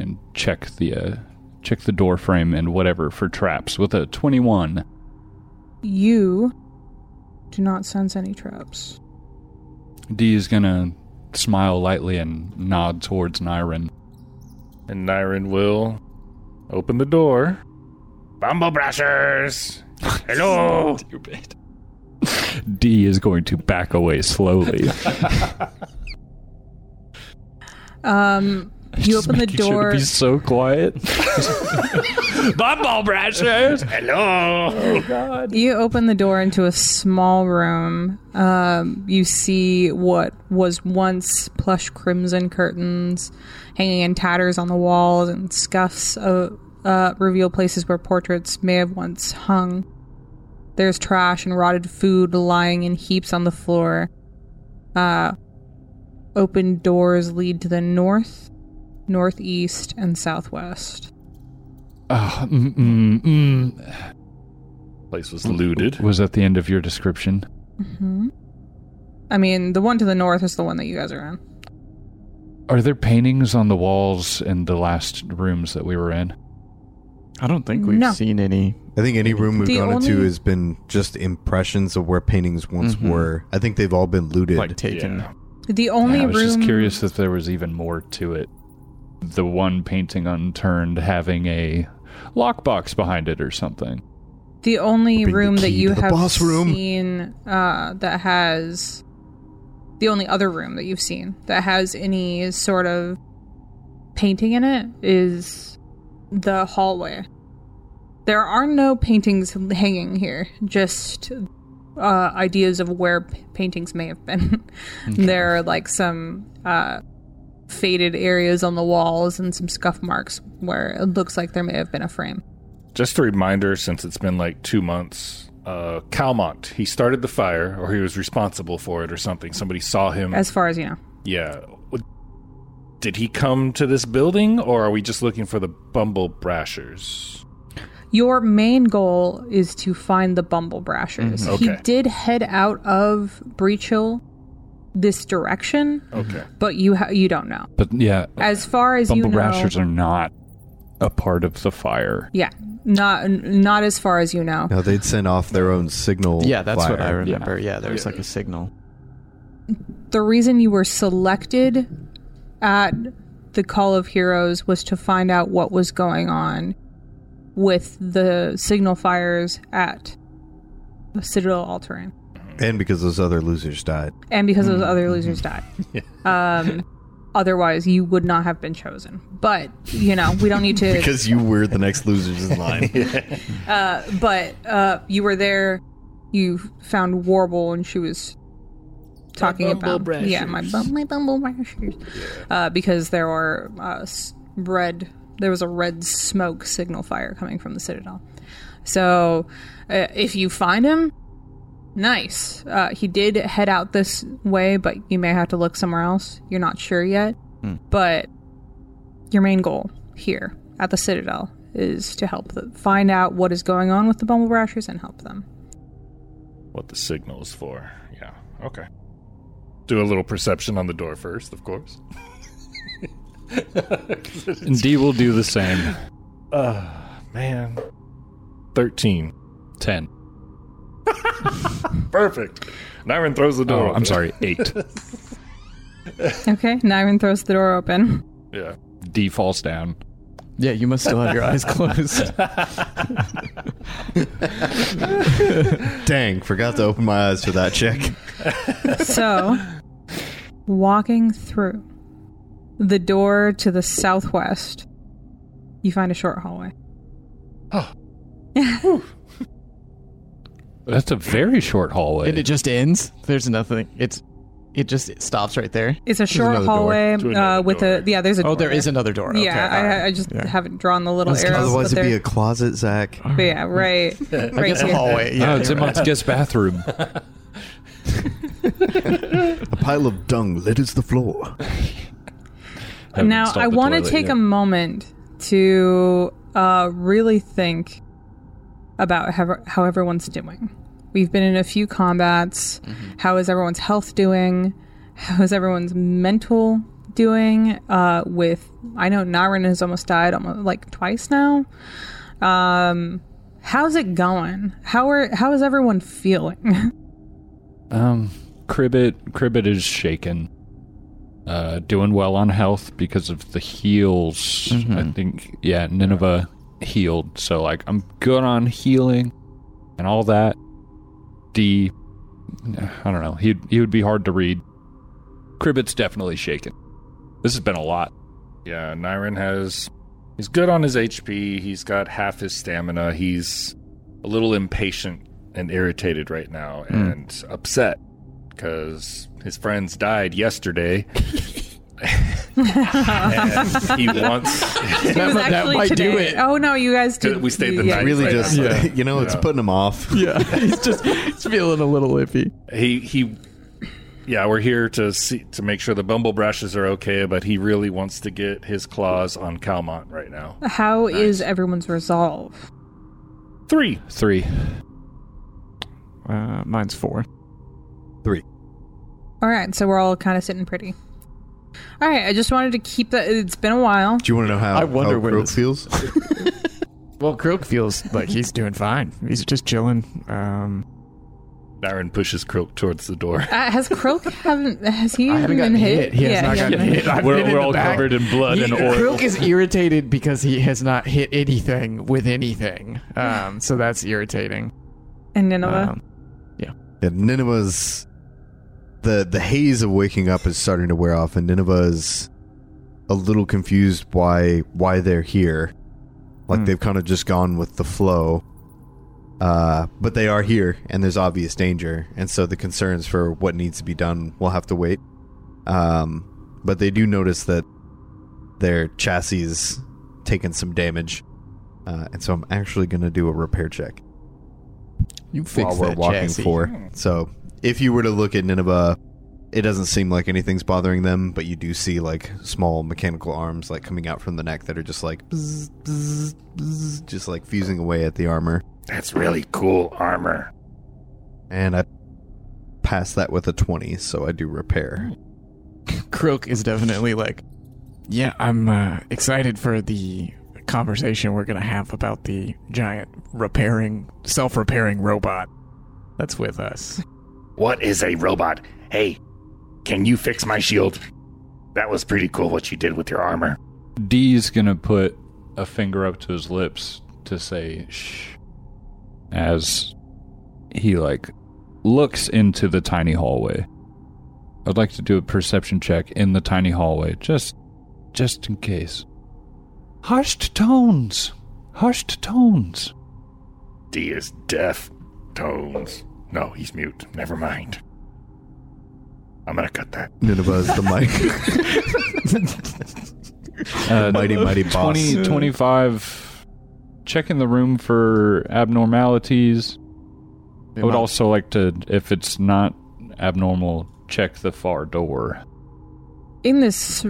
C: and check the uh, check the door frame and whatever for traps with a 21.
B: You do not sense any traps.
C: D is going to smile lightly and nod towards Nyrin.
A: And Nyrin will open the door.
E: Bumble brushers! Hello!
C: D is going to back away slowly.
B: Um, you open the door.
C: Be so quiet. Bumble brashers.
E: Hello!
B: You open the door into a small room. Um, you see what was once plush crimson curtains hanging in tatters on the walls, and scuffs uh, uh, reveal places where portraits may have once hung. There's trash and rotted food lying in heaps on the floor. Uh, open doors lead to the north, northeast, and southwest.
C: Ah, mm, mm, mm.
A: Place was looted.
C: Was that the end of your description?
B: I mean, the one to the north is the one that you guys are in.
C: Are there paintings on the walls in the last rooms that we were in?
D: I don't think we've
B: No.
D: seen any.
F: I think any room we've
B: The
F: gone into
B: only-
F: has been just impressions of where paintings once were. I think they've all been looted.
D: Mm-hmm. Like taken.
A: Yeah.
B: The only
C: I was
B: room.
C: just curious if there was even more to it. The one painting unturned having a lockbox behind it or something.
B: The only
F: Bring the
B: room that
F: key
B: you
F: to the
B: have
F: boss room.
B: seen uh, that has the only other room that you've seen that has any sort of painting in it is the hallway. There are no paintings hanging here, just uh, ideas of where p- paintings may have been. There are like some uh, faded areas on the walls and some scuff marks where it looks like there may have been a frame.
A: Just a reminder, since it's been like two months, uh, Calmont, he started the fire, or he was responsible for it or something. Somebody saw
F: Hmm.
A: him.
B: As far as you know.
A: yeah. Did he come to this building, or are we just looking for the Bumble Brashers?
B: Your main goal is to find the Bumble Brashers. He
A: Mm-hmm. Okay.
B: did head out of Breach Hill this direction,
A: Okay.
B: but you ha- you don't know.
C: But yeah,
B: As far as
C: bumble
B: you know,
C: brashers are not a part of the fire.
B: yeah, not n- not as far as you know.
F: No, they'd send off their own signal.
D: Yeah, that's what I
F: fire.
D: remember. Yeah, there was like a signal.
B: The reason you were selected at the Call of Heroes was to find out what was going on with the signal fires at the Citadel Altering.
F: And because those other losers died.
B: and because those other losers died. Um, otherwise, you would not have been chosen. But you know, we don't need to.
F: Because you were the next losers in line.
B: but uh, you were there. You found Warble, and she was talking about yeah, my bum, my bumble brashers. Uh, because there were uh, s- red. There was a red smoke signal fire coming from the citadel. So, uh, if you find him, nice. Uh, he did head out this way, but you may have to look somewhere else. You're not sure yet. But your main goal here at the Citadel is to help the, find out what is going on with the Bumble Brashers and help them.
A: What the signal is for. Yeah. Okay. Do a little perception on the door first, of course.
C: And D will do the same.
A: Man. 13.
C: 10.
A: Perfect. Nyron throws the door.
C: Oh, I'm
A: open.
C: sorry, 8.
B: Okay, Nyrin throws the door open.
A: Yeah.
C: D falls down.
D: Yeah, you must still have your eyes closed.
F: Dang, forgot to open my eyes for that check.
B: So, walking through, the door to the southwest, you find a short hallway.
C: That's a very short hallway.
D: And it just ends. There's nothing. It's it just it stops right there.
B: It's a short
F: another door.
B: hallway
A: To
B: uh,
A: another
B: with a yeah. There's a door
D: Oh, there is another door. Okay,
B: yeah. I,
D: alright.
B: I just
D: Yeah.
B: haven't drawn the little arrows.
F: Otherwise,
B: but
F: it'd be a
B: they're-
F: closet, Zach.
B: but yeah, right.
D: I
B: right
D: guess a
B: here.
D: hallway. Yeah,
C: oh, it's
D: you're
C: in
D: right.
C: my guest bathroom.
F: A pile of dung litters the floor.
C: Haven't
B: now
C: stopped
B: I
C: the
B: want to
C: toilet
B: take
C: yet.
B: a moment to uh, really think about how, how everyone's doing. We've been in a few combats. How is everyone's health doing? How is everyone's mental doing? Uh, with I know Naren has almost died almost like twice now. Um, how's it going? How are how is everyone feeling?
C: Um, Cribbit, Cribbit is shaken. Uh, doing well on health because of the heals. I think, yeah, Nineveh healed, so like I'm good on healing and all that. D, I don't know. He he would be hard to read. Cribbit's definitely shaken. This has been a lot.
A: Yeah, Niren has. He's good on his HP. He's got half his stamina. He's a little impatient and irritated right now
C: Hmm.
A: and upset because his friends died yesterday. and he wants.
B: It was
D: might- that
B: actually
D: might do
B: today.
D: it.
B: Oh no, you guys did.
A: We stayed the
B: yeah.
A: night.
F: Really,
A: Right.
F: just
C: Yeah.
F: you know, it's
A: Yeah.
F: putting him off.
D: Yeah, he's just he's feeling a little iffy.
A: he he yeah we're here to see to make sure the bumble brashes are okay but he really wants to get his claws on calmont right now
B: How is everyone's resolve?
A: three
C: Three.
D: Uh, mine's four.
B: All right, so we're all kind of sitting pretty. All right, I just wanted to keep that. It's been a while.
F: Do you want to know how
D: I wonder
F: how
D: where
F: Croak
D: this-
F: feels?
D: Well, Croak feels like he's doing fine. He's just chilling. Um,
A: Baron pushes Croak towards the door
B: Uh, has Croak haven't? Has he
D: I
B: even
D: haven't
B: been
D: gotten
B: hit?
D: hit. He has not
B: he
D: gotten
B: hasn't.
D: hit. I've
C: We're,
D: been in
C: we're
D: the
C: all
D: back.
C: covered in blood and
D: He-
C: oil.
D: Croak is irritated because he has not hit anything with anything. Um, so that's irritating.
B: And uh, Nineveh.
D: Um,
F: Yeah, Nineveh's the the haze of waking up is starting to wear off, and Nineveh's a little confused why why they're here. Like
D: Hmm.
F: they've kind of just gone with the flow. Uh, but they are here, and there's obvious danger, and so the concerns for what needs to be done will have to wait. Um, but they do notice that their chassis is taking some damage, uh, and so I'm actually going to do a repair check
D: you fix
F: while we're
D: that
F: walking
D: chassis.
F: for. So if you were to look at Nineveh, it doesn't seem like anything's bothering them, but you do see like small mechanical arms like coming out from the neck that are just like bzz, bzz, bzz, just like fusing away at the armor.
E: That's really cool armor.
F: And I pass that with a twenty, so I do repair.
D: Croak is definitely like, yeah, I'm uh, excited for the conversation we're gonna have about the giant repairing, self-repairing robot that's with us.
E: What is a robot? Hey, can you fix my shield? That was pretty cool what you did with your armor.
C: D's gonna put a finger up to his lips to say shh as he like looks into the tiny hallway. I'd like to do a perception check in the tiny hallway, just just in case. Hushed tones. Hushed tones.
E: D is deaf. Tones. No, he's mute. Never mind. I'm gonna cut that.
F: Nineveh is the mic.
C: Uh,
F: mighty, mighty boss.
C: 20, 25 checking the room for abnormalities. I would also like to, if it's not abnormal, check the far door.
B: in this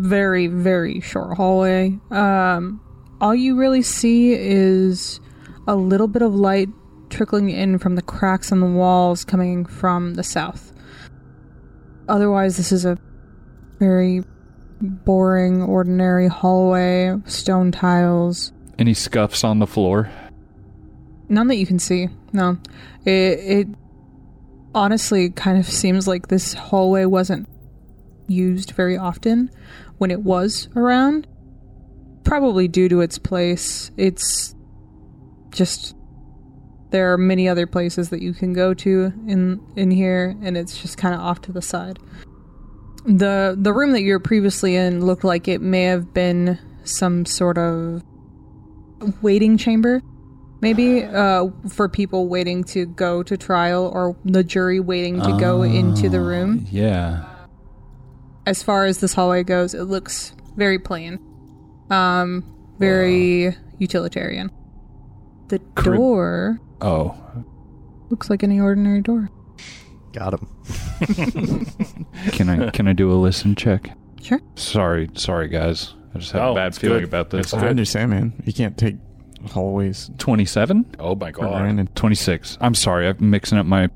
B: very very short hallway um all you really see is a little bit of light trickling in from the cracks in the walls coming from the south otherwise this is a very boring ordinary hallway stone tiles
C: Any scuffs on the floor?
B: None that you can see. No, it it honestly kind of seems like this hallway wasn't used very often when it was around. Probably due to its place. It's just there are many other places that you can go to in in here, and it's just kind of off to the side. the the room that you were previously in looked like it may have been some sort of waiting chamber maybe uh, for people waiting to go to trial or the jury waiting to go into the room
C: Yeah.
B: as far as this hallway goes it looks very plain um very utilitarian the
C: Crib-
B: door
C: Oh.
B: looks like any ordinary door
F: Got him.
C: Can I can I do a listen check?
B: Sure.
C: Sorry, sorry guys. I just have
A: Oh,
C: a bad
A: it's
C: feeling
A: good.
C: about this.
A: It's good.
D: I understand, man. You can't take hallways.
C: 27?
A: Oh my
D: for
A: god.
D: granted.
C: 26. I'm sorry. I'm mixing up my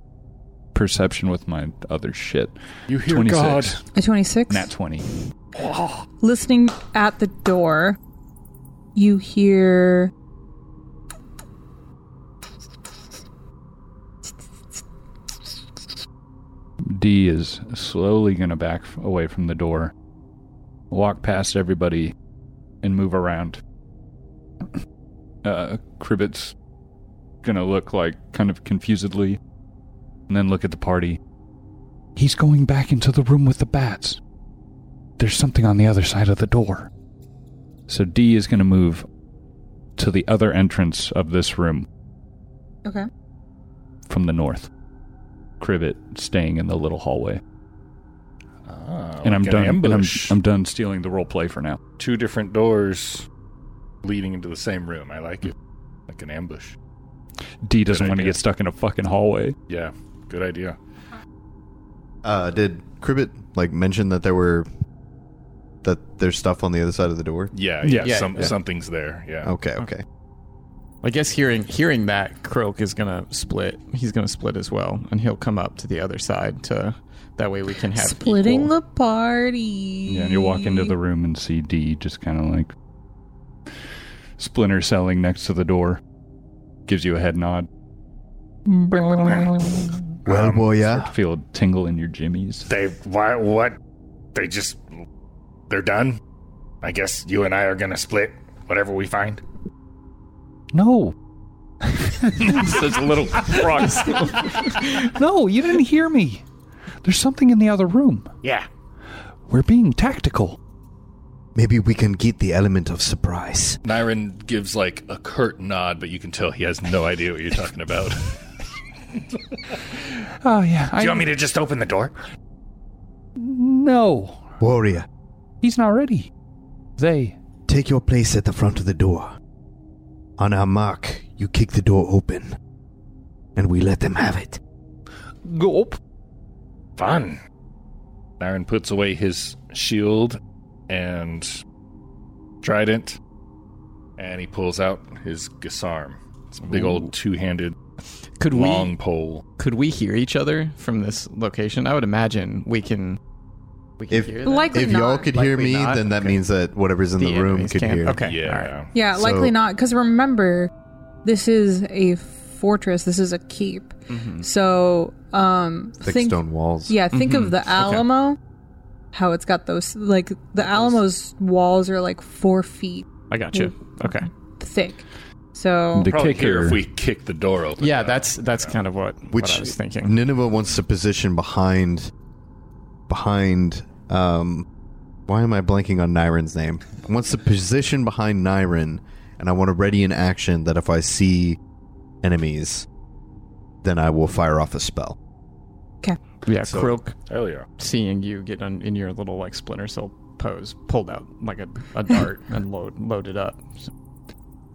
C: perception with my other shit.
A: You hear
C: 26.
A: God.
B: a 26
C: Nat 20.
B: listening at the door, you hear.
C: D is slowly going to back f- away from the door, walk past everybody, and move around. Uh, Cribbit's going to look like kind of confusedly, and then look at the party. He's going back into the room with the bats. There's something on the other side of the door. So D is going to move to the other entrance of this room
B: Okay.
C: from the north. Cribbit staying in the little hallway.
A: Ah,
C: and I'm
A: like an
C: done. and I'm,
A: ambush.
C: I'm done stealing the role play for now.
A: Two different doors leading into the same room. I like it. Like an ambush.
C: D doesn't
A: Good
C: want to
A: idea.
C: get stuck in a fucking hallway.
A: Yeah. Good idea.
F: Uh, did Cribbit like mention that there were that there's stuff on the other side of the door?
A: Yeah.
C: Yeah.
A: Yeah.
D: Yeah,
A: some,
D: yeah.
A: Something's there. Yeah.
F: Okay, okay.
D: I guess hearing hearing that Croak is gonna split. He's gonna split as well, and he'll come up to the other side to. That way we can have
B: Splitting
D: equal-
B: the party.
C: Yeah, and you walk into the room and see D just kind of like splinter selling next to the door. Gives you a head nod.
F: Well,
E: Um,
F: boy, yeah.
C: Start to feel a tingle in your jimmies.
E: They why what? They just they're done. I guess you and I are gonna split whatever we find.
C: No. Such a little frog. no, you didn't hear me. There's something in the other room.
E: Yeah.
C: We're being tactical.
F: Maybe we can get the element of surprise.
A: Nyron gives like a curt nod, but you can tell he has no idea what you're talking about.
C: Oh yeah.
E: Do you want me to just open the door?
C: no.
F: Warrior,
C: He's not ready. They.
F: take your place at the front of the door. On our mark, you kick the door open, and we let them have it.
C: Gulp.
E: Fun.
A: Nyron puts away his shield and trident, and he pulls out his Gasarm. It's a big old two handed
D: Could we
A: long pole.
D: could we hear each other from this location? I would imagine we can. We can
F: If-
D: hear them.
B: Likely
F: if
B: not.
F: y'all could hear
D: Likely
F: me,
D: not,
F: then that
D: okay.
F: means that whatever's in the, room
D: enemies
F: could
D: can't-
F: hear.
D: Okay, all right.
A: Yeah.
B: yeah,
F: So-
B: likely not. Because remember, this is a fortress. This is a keep. So, um,
F: Mm-hmm. Thick
B: think.
F: stone Mm-hmm. walls.
B: Yeah, think of the Alamo. How it's got those like the Alamo's walls are like four feet
D: I got you. Okay.
B: thick. So
C: The
A: Probably
C: kicker.
A: here if we kick the door open.
D: Yeah, that's that's kind of what
F: Which
D: what I was thinking.
F: Nineveh wants to position behind, behind. Um, why am I blanking on Nyron's name? Wants to position behind Nyron, and I want to ready in action that if I see enemies, then I will fire off a spell.
D: Yeah,
F: So-
D: Croak
A: Hell yeah.
D: seeing you get on, in your little like splinter cell pose, pulled out like a, a dart and load loaded up.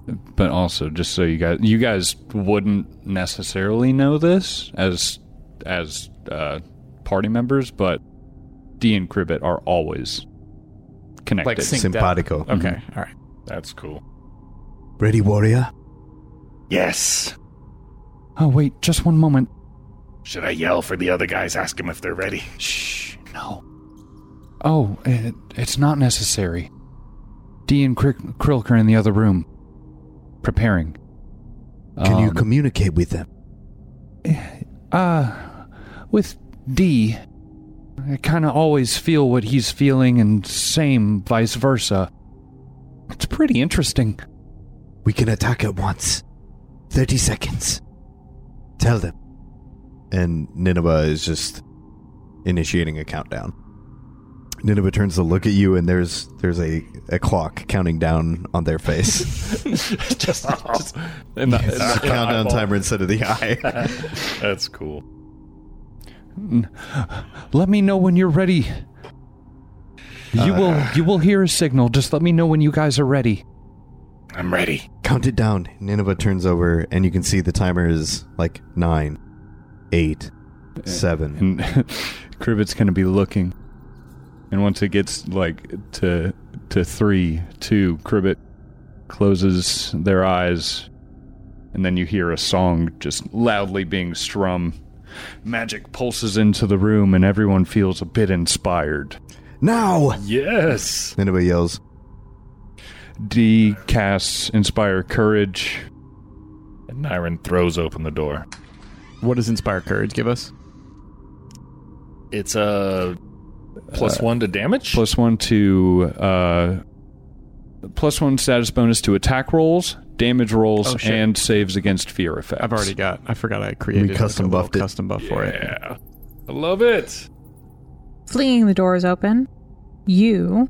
C: But also, just so you guys, you guys wouldn't necessarily know this as as uh, party members, but D and Cribbit are always connected.
D: Like sync- Think that-
F: Simpatico.
D: Okay, all right.
A: That's cool.
F: Ready, warrior?
E: Yes.
C: oh wait, just one moment.
E: Should I yell for the other guys? Ask them if they're ready.
C: Shh, no. Oh, it, it's not necessary. D and Kri- Krilk are in the other room, preparing.
F: Can you
C: Um,
F: communicate with them?
C: Uh, with D, I kind of always feel what he's feeling, and same vice versa. It's pretty interesting.
F: We can attack at once. 30 seconds. Tell them. And Nineveh is just initiating a countdown. Nineveh turns to look at you, and there's there's a, a clock counting down on their face.
C: just, just in the, in
F: It's a
C: the-
F: countdown
A: eyeball.
F: timer instead of the eye.
A: That's cool.
C: let me know when you're ready. You will you will hear a signal. Just let me know when you guys are ready.
E: I'm ready.
F: Count it down. Nineveh turns over, and you can see the timer is like nine, eight, seven.
C: And Cribbit's gonna be looking. And once it gets like to to three, two, Cribbit closes their eyes, and then you hear a song just loudly being strummed. Magic pulses into the room, and everyone feels a bit inspired.
F: Now!
A: Yes.
F: Nineveh yells,
C: D casts Inspire Courage.
A: And Niren throws open the door.
D: What does Inspire Courage give us?
A: It's a plus one to damage.
C: plus one to uh, plus one status bonus to attack rolls, damage rolls,
D: Oh, shit.
C: and saves against fear effects.
D: I've already got. I forgot I created.
F: custom
D: a little
F: buffed it.
D: Custom buff for it.
A: yeah. I love it.
B: Flinging the doors open, you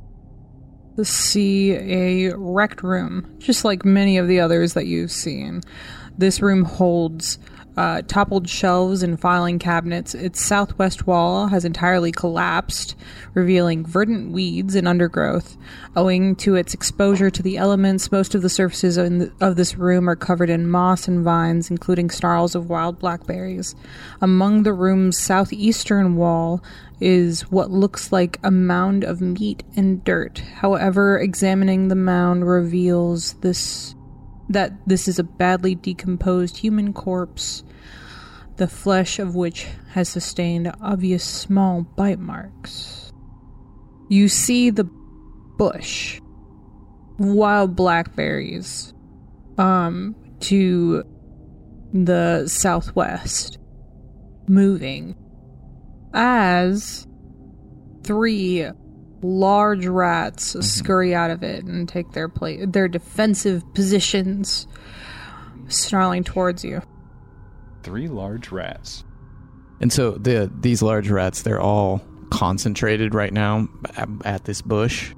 B: see a wrecked room, just like many of the others that you've seen. This room holds uh, toppled shelves and filing cabinets. Its southwest wall has entirely collapsed, revealing verdant weeds and undergrowth. Owing to its exposure to the elements, most of the surfaces in th- of this room are covered in moss and vines, including snarls of wild blackberries. Among the room's southeastern wall is what looks like a mound of meat and dirt. However, examining the mound reveals this that this is a badly decomposed human corpse, the flesh of which has sustained obvious small bite marks. You see the bush, wild blackberries, um, to the southwest, moving as three large rats
C: Mm-hmm.
B: scurry out of it and take their place their defensive positions snarling towards you
C: three large rats.
D: And so the these large rats, they're all concentrated right now at, at this bush.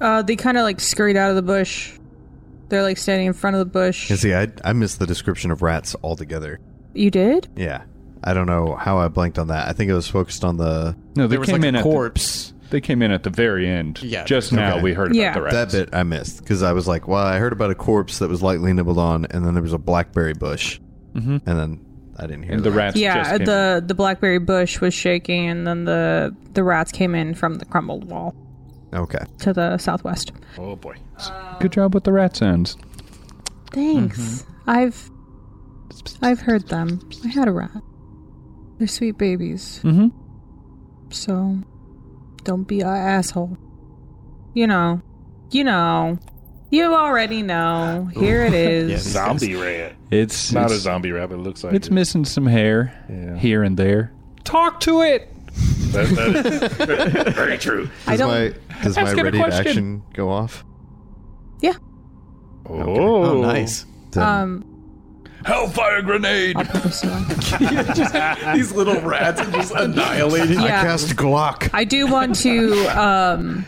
B: uh they kind of like scurried out of the bush they're like standing in front of the bush
F: You see, I, I missed the description of rats altogether.
B: you did
F: Yeah. I don't know how I blanked on that. I think I was focused on the.
C: No, they
D: There was
C: came
D: like
C: in
D: a
C: at
D: corpse.
C: The, they came in at the very end.
D: Yeah,
C: just now
F: okay.
C: we heard about
B: Yeah.
C: the rats.
F: That bit I missed because I was like, well, I heard about a corpse that was lightly nibbled on, and then there was a blackberry bush. Mm-hmm. And then I didn't hear
C: And the
F: that.
C: rats. just
B: yeah
C: came
B: the the blackberry bush was shaking and then the the rats came in from the crumbled wall
F: Okay.
B: to the southwest
A: Oh boy.
C: in. Good job with the rat sounds.
B: thanks i've i've heard them i had a rat they're sweet babies
C: Mm-hmm.
B: So don't be a asshole. You know. You know. You already know. Here it is.
A: Zombie rat.
C: It's
A: Not
C: it's,
A: a zombie rat, but it looks like
C: It's
A: it.
C: missing some hair
A: Yeah.
C: here and there. Talk to it.
A: That- that-
E: Very true.
B: I
F: Does
B: don't
F: my, does my
C: Ask him a
F: ready to
C: question.
F: action go off?
B: Yeah.
A: oh.
D: Oh, nice.
F: Then-
B: Um
C: Hellfire grenade.
B: I'll post it.
D: these little rats are just annihilating.
B: Yeah.
F: Cast Glock.
B: I do want to um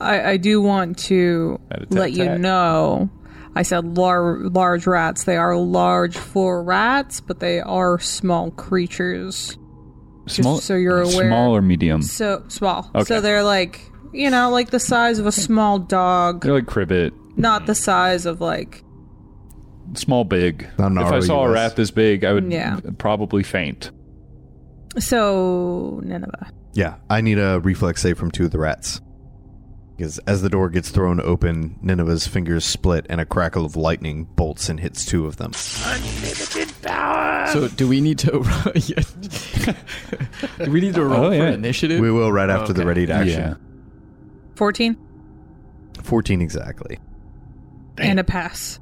B: I, I do want to
C: Rat-a-tat-tat.
B: let you know. I said lar- large rats. They are large for rats, but they are small creatures.
C: Small,
B: so you're aware.
C: Small or medium.
B: So small.
C: Okay.
B: So they're like, you know, like the size of a small dog,
C: They're like cribbit.
B: not the size of like
C: small big.
F: Not an
C: if I saw a
F: ROUS.
C: rat this big, I would
B: Yeah.
C: probably faint.
B: So Nineveh.
F: Yeah, I need a reflex save from two of the rats. Because as the door gets thrown open, Nineveh's fingers split and a crackle of lightning bolts and hits two of them.
D: So do we need to? yeah. do we need to roll
C: Oh, yeah.
D: for initiative?
F: We will right after the
D: Okay.
F: ready to action.
B: 14
F: 14 exactly.
B: and a pass.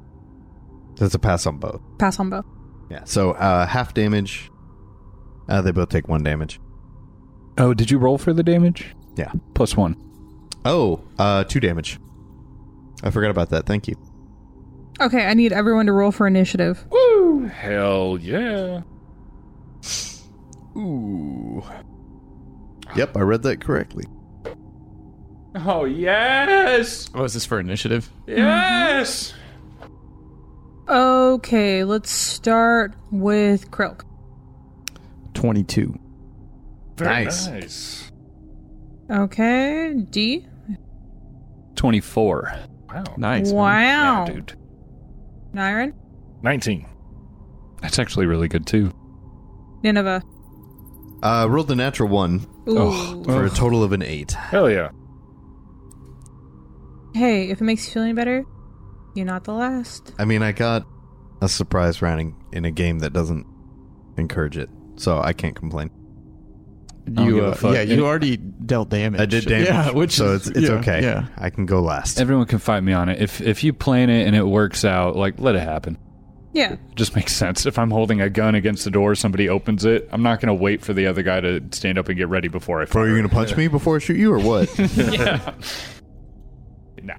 F: That's a pass on both.
B: Pass on both.
F: Yeah, so uh, half damage. Uh, they both take one damage.
C: Oh, did you roll for the damage?
F: Yeah.
C: Plus one.
F: Oh, uh, two damage. I forgot about that. Thank you.
B: Okay, I need everyone to roll for initiative.
A: Woo! Hell yeah.
D: Ooh.
F: Yep, I read that correctly.
C: Oh, yes!
D: What is this for initiative?
C: Yes!
B: Okay, let's start with Krilk.
D: 22.
A: Very
D: Nice.
A: nice.
B: Okay, D.
C: 24.
A: Wow.
D: Nice. man.
B: wow.
C: Yeah, dude.
B: Nyrin,
A: 19.
C: That's actually really good, too.
B: Nineveh.
F: Uh, rolled the natural one
B: Ooh.
C: Ugh.
F: for a
C: Ugh.
F: total of an eight.
A: Hell yeah.
B: Hey, if it makes you feel any better, you're not the last.
F: I mean, I got a surprise round in, in a game that doesn't encourage it, so I can't complain.
C: don't
D: You,
C: give a
D: uh,
C: fuck.
D: yeah, you already dealt damage.
F: I did damage,
D: Yeah, which
F: so
D: is-
F: it's it's
D: yeah,
F: okay.
D: Yeah.
F: I can go last.
C: Everyone can fight me on it. If if you plan it and it works out, like let it happen.
B: Yeah.
C: Just makes sense. If I'm holding a gun against the door, somebody opens it. I'm not gonna wait for the other guy to stand up and get ready before I.
F: Bro,
C: fire.
F: you're gonna punch me before I shoot you, or what?
C: yeah. No.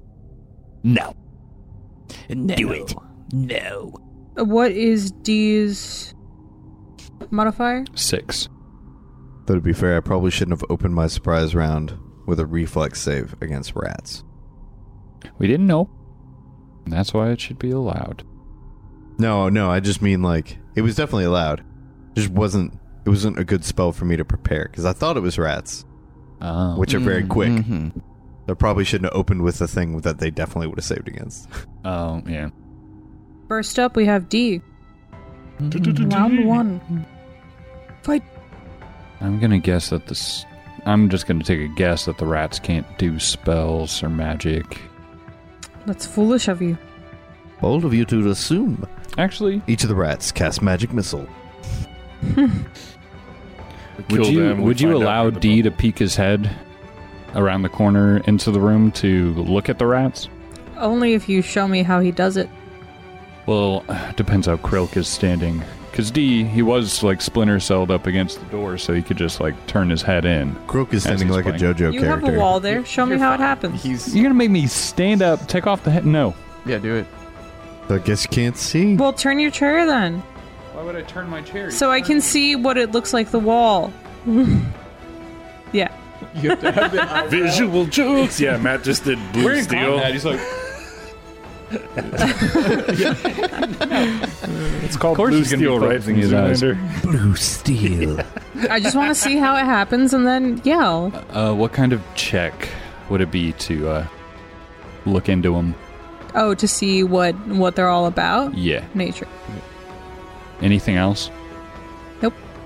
C: No.
D: Do it. No.
B: What is D's modifier?
C: Six.
F: Though to be fair, I probably shouldn't have opened my surprise round with a reflex save against rats.
C: We didn't know. That's why it should be allowed.
F: No, no, I just mean like it was definitely allowed. Just wasn't it wasn't a good spell for me to prepare because I thought it was rats,
C: Oh.
F: which are very quick.
D: Mhm.
F: I probably shouldn't have opened with a thing that they definitely would have saved against.
C: Oh yeah.
B: First up, we have D. Round one. Fight.
C: I'm gonna guess that this. I'm just gonna take a guess that the rats can't do spells or magic.
B: That's foolish of you.
F: Bold of you to assume.
C: Actually,
F: Each of the rats cast magic missile.
C: would
A: Kill
C: you
A: them, we
C: would you
A: find out
C: allow
A: who the
C: D to peek his head around the corner into the room to look at the rats?
B: Only if you show me how he does it.
C: Well, depends how Krilk is standing. Cause D, he was like splinter celled up against the door, so he could just like turn his head in.
F: Croak is standing
C: he's
F: like a
C: playing.
F: JoJo
B: you
F: character.
B: have a wall there. Show me
D: You're
B: how it
D: fine.
B: happens.
D: He's
C: You're gonna make me stand up, take off the head? No.
D: yeah, do it.
F: So I guess you can't see.
B: Well, turn your chair then,
C: Why would I turn my chair?
B: so I can see what it looks like the wall. yeah.
D: You have to have it.
A: Visual jokes. Yeah, Matt just did blue steel.
C: He's like,
A: It's called
C: course
A: blue
C: he's gonna be
A: steel, right?
C: focusing his eyes.
A: Zoolander?
F: Blue steel.
B: I just want to see how it happens and then yell.
C: uh, what kind of check would it be to uh, look into him?
B: Oh, to see what what they're all about.
C: Yeah.
B: Nature.
C: Anything else?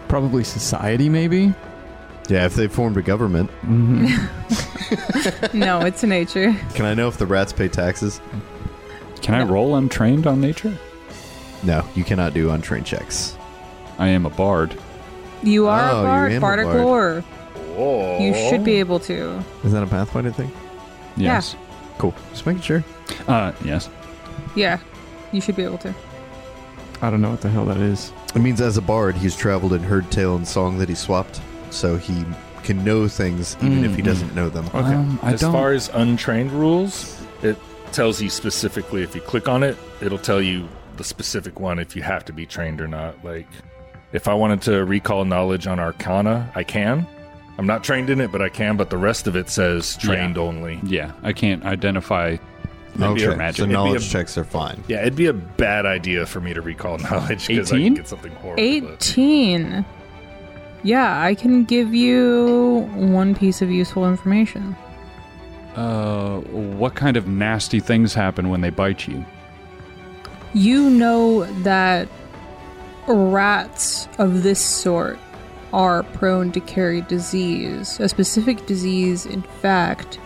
D: Probably society, maybe.
F: yeah, if they formed a government,
B: No, it's nature.
F: can I know if the rats pay taxes?
C: Can I roll untrained on nature?
F: No, you cannot do untrained checks.
C: I am a bard.
B: You are
F: Oh,
B: a
F: you
B: bard,
F: am a
B: bardic
F: bard.
B: lore.
A: Whoa.
B: You should be able to.
F: Is that a Pathfinder thing?
B: Yeah.
C: Yes.
F: Cool. Just making sure.
C: Uh, yes.
B: Yeah, you should be able to.
D: I don't know what the hell that is.
F: It means as a bard, he's traveled and heard tale and song that he swapped, so he can know things even if he
D: Mm.
F: doesn't know them.
A: Okay.
C: Um, I
A: as
C: don't-
A: far as untrained rules, it tells you specifically if you click on it, it'll tell you the specific one if you have to be trained or not. Like, if I wanted to recall knowledge on Arcana, I can. I'm not trained in it, but I can. But the rest of it says trained only.
C: Yeah, I can't identify.
A: be a
F: So
C: magic.
F: knowledge
A: It'd be a-
F: checks are fine.
A: Yeah, it'd be a bad idea for me to recall knowledge because I
C: 18?
A: can get something horrible. but-
B: 18. Yeah, I can give you one piece of useful information.
C: Uh, what kind of nasty things happen when they bite you?
B: You know that rats of this sort are prone to carry disease, a specific disease, in fact,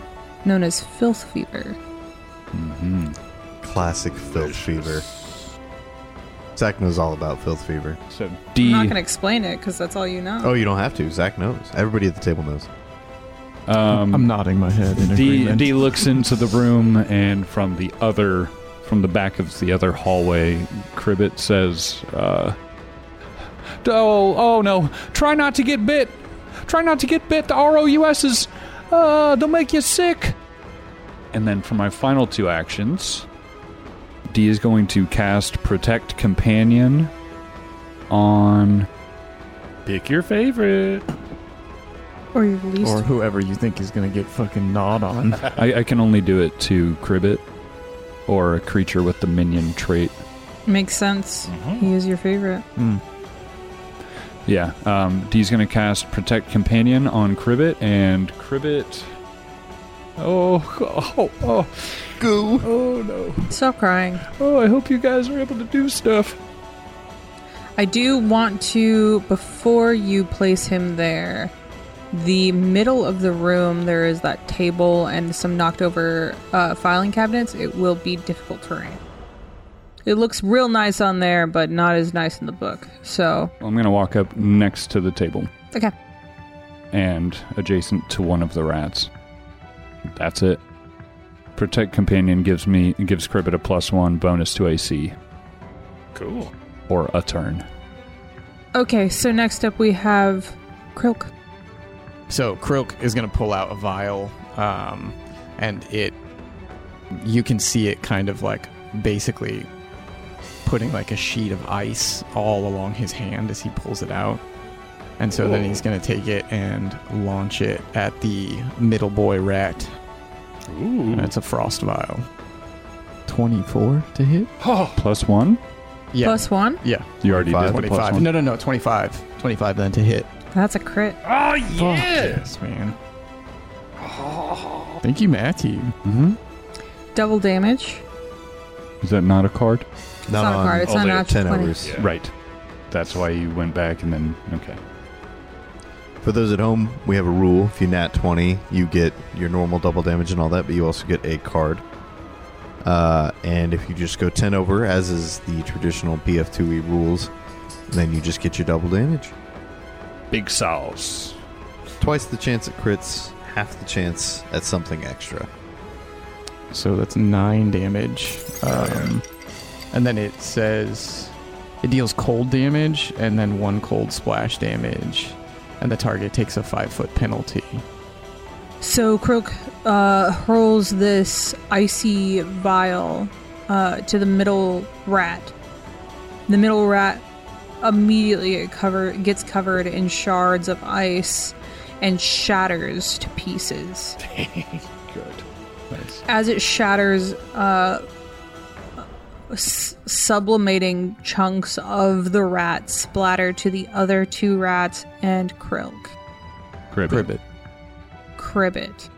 B: known as filth fever.
F: Classic filth fever. Zach knows all about filth fever.
C: So
B: I'm
C: D.
B: not going to explain it because that's all you know.
F: Oh, you don't have to. Zach knows. Everybody at the table knows.
C: um,
D: I'm nodding my head in
C: D,
D: agreement.
C: D looks into the room, and from the other, from the back of the other hallway, Cribbit says, uh, "Oh, oh no! Try not to get bit. Try not to get bit. The ROUS is, uh, they'll make you sick." And then for my final two actions, D is going to cast Protect Companion on
A: Pick your favorite.
B: Or you're released.
D: Oh, or whoever you think is going to get fucking gnawed on.
C: I, I can only do it to Cribbit or a creature with the minion trait.
B: Makes sense.
D: Mm-hmm.
B: He is your favorite.
D: Mm.
C: Yeah, um, D's gonna cast Protect Companion on Cribbit, and Cribbit. Oh, oh, oh,
F: Goo.
C: oh no!
B: Stop crying.
C: Oh, I hope you guys are able to do stuff.
B: I do want to, before you place him there, the middle of the room, there is that table and some knocked over uh, filing cabinets. It will be difficult terrain. It looks real nice on there, but not as nice in the book. So,
C: I'm gonna walk up next to the table
B: okay.
C: and adjacent to one of the rats. That's it. Protect Companion gives me gives Cribbit a plus one bonus to AC
A: Cool.
C: or a turn.
B: Okay, so next up we have Krilk.
D: So Krilk is going to pull out a vial, um, and it you can see it kind of like basically putting like a sheet of ice all along his hand as he pulls it out. And so then he's going to take it and launch it at the middle boy rat.
A: Ooh.
D: And it's a frost vial. 24 to hit?
A: Oh,
C: Plus one.
D: Yeah.
B: Plus one.
D: yeah,
C: You already
F: Five.
C: did the plus
D: 25.
C: one.
D: No, no, no, 25. 25 then to hit.
B: That's a crit.
A: oh
D: Fuck
A: yeah.
D: yes, man. Thank you, Matthew.
C: hmm
B: Double damage.
C: Is that not a card?
B: It's not, a card. It's not
A: only
B: an
A: at
B: actual
F: 10
B: 20.
F: hours.
A: Yeah.
C: Right. That's why you went back and then okay.
F: For those at home, we have a rule. If you nat 20, you get your normal double damage and all that, but you also get a card. Uh, and if you just go 10 over, as is the traditional PF2E E rules, then you just get your double damage.
C: Big sauce.
F: Twice the chance at crits, half the chance at something extra.
D: So that's nine damage. Um, and then it says it deals cold damage and then one cold splash damage. And the target takes a five foot penalty.
B: So Croak uh, hurls this icy vial uh, to the middle rat. The middle rat immediately get cover- gets covered in shards of ice and shatters to pieces.
C: Good. Nice.
B: As it shatters, uh, s- sublimating chunks of the rat splatter to the other two rats and Krilk.
C: Cribbit.
D: Cribbit.
B: Cribbit.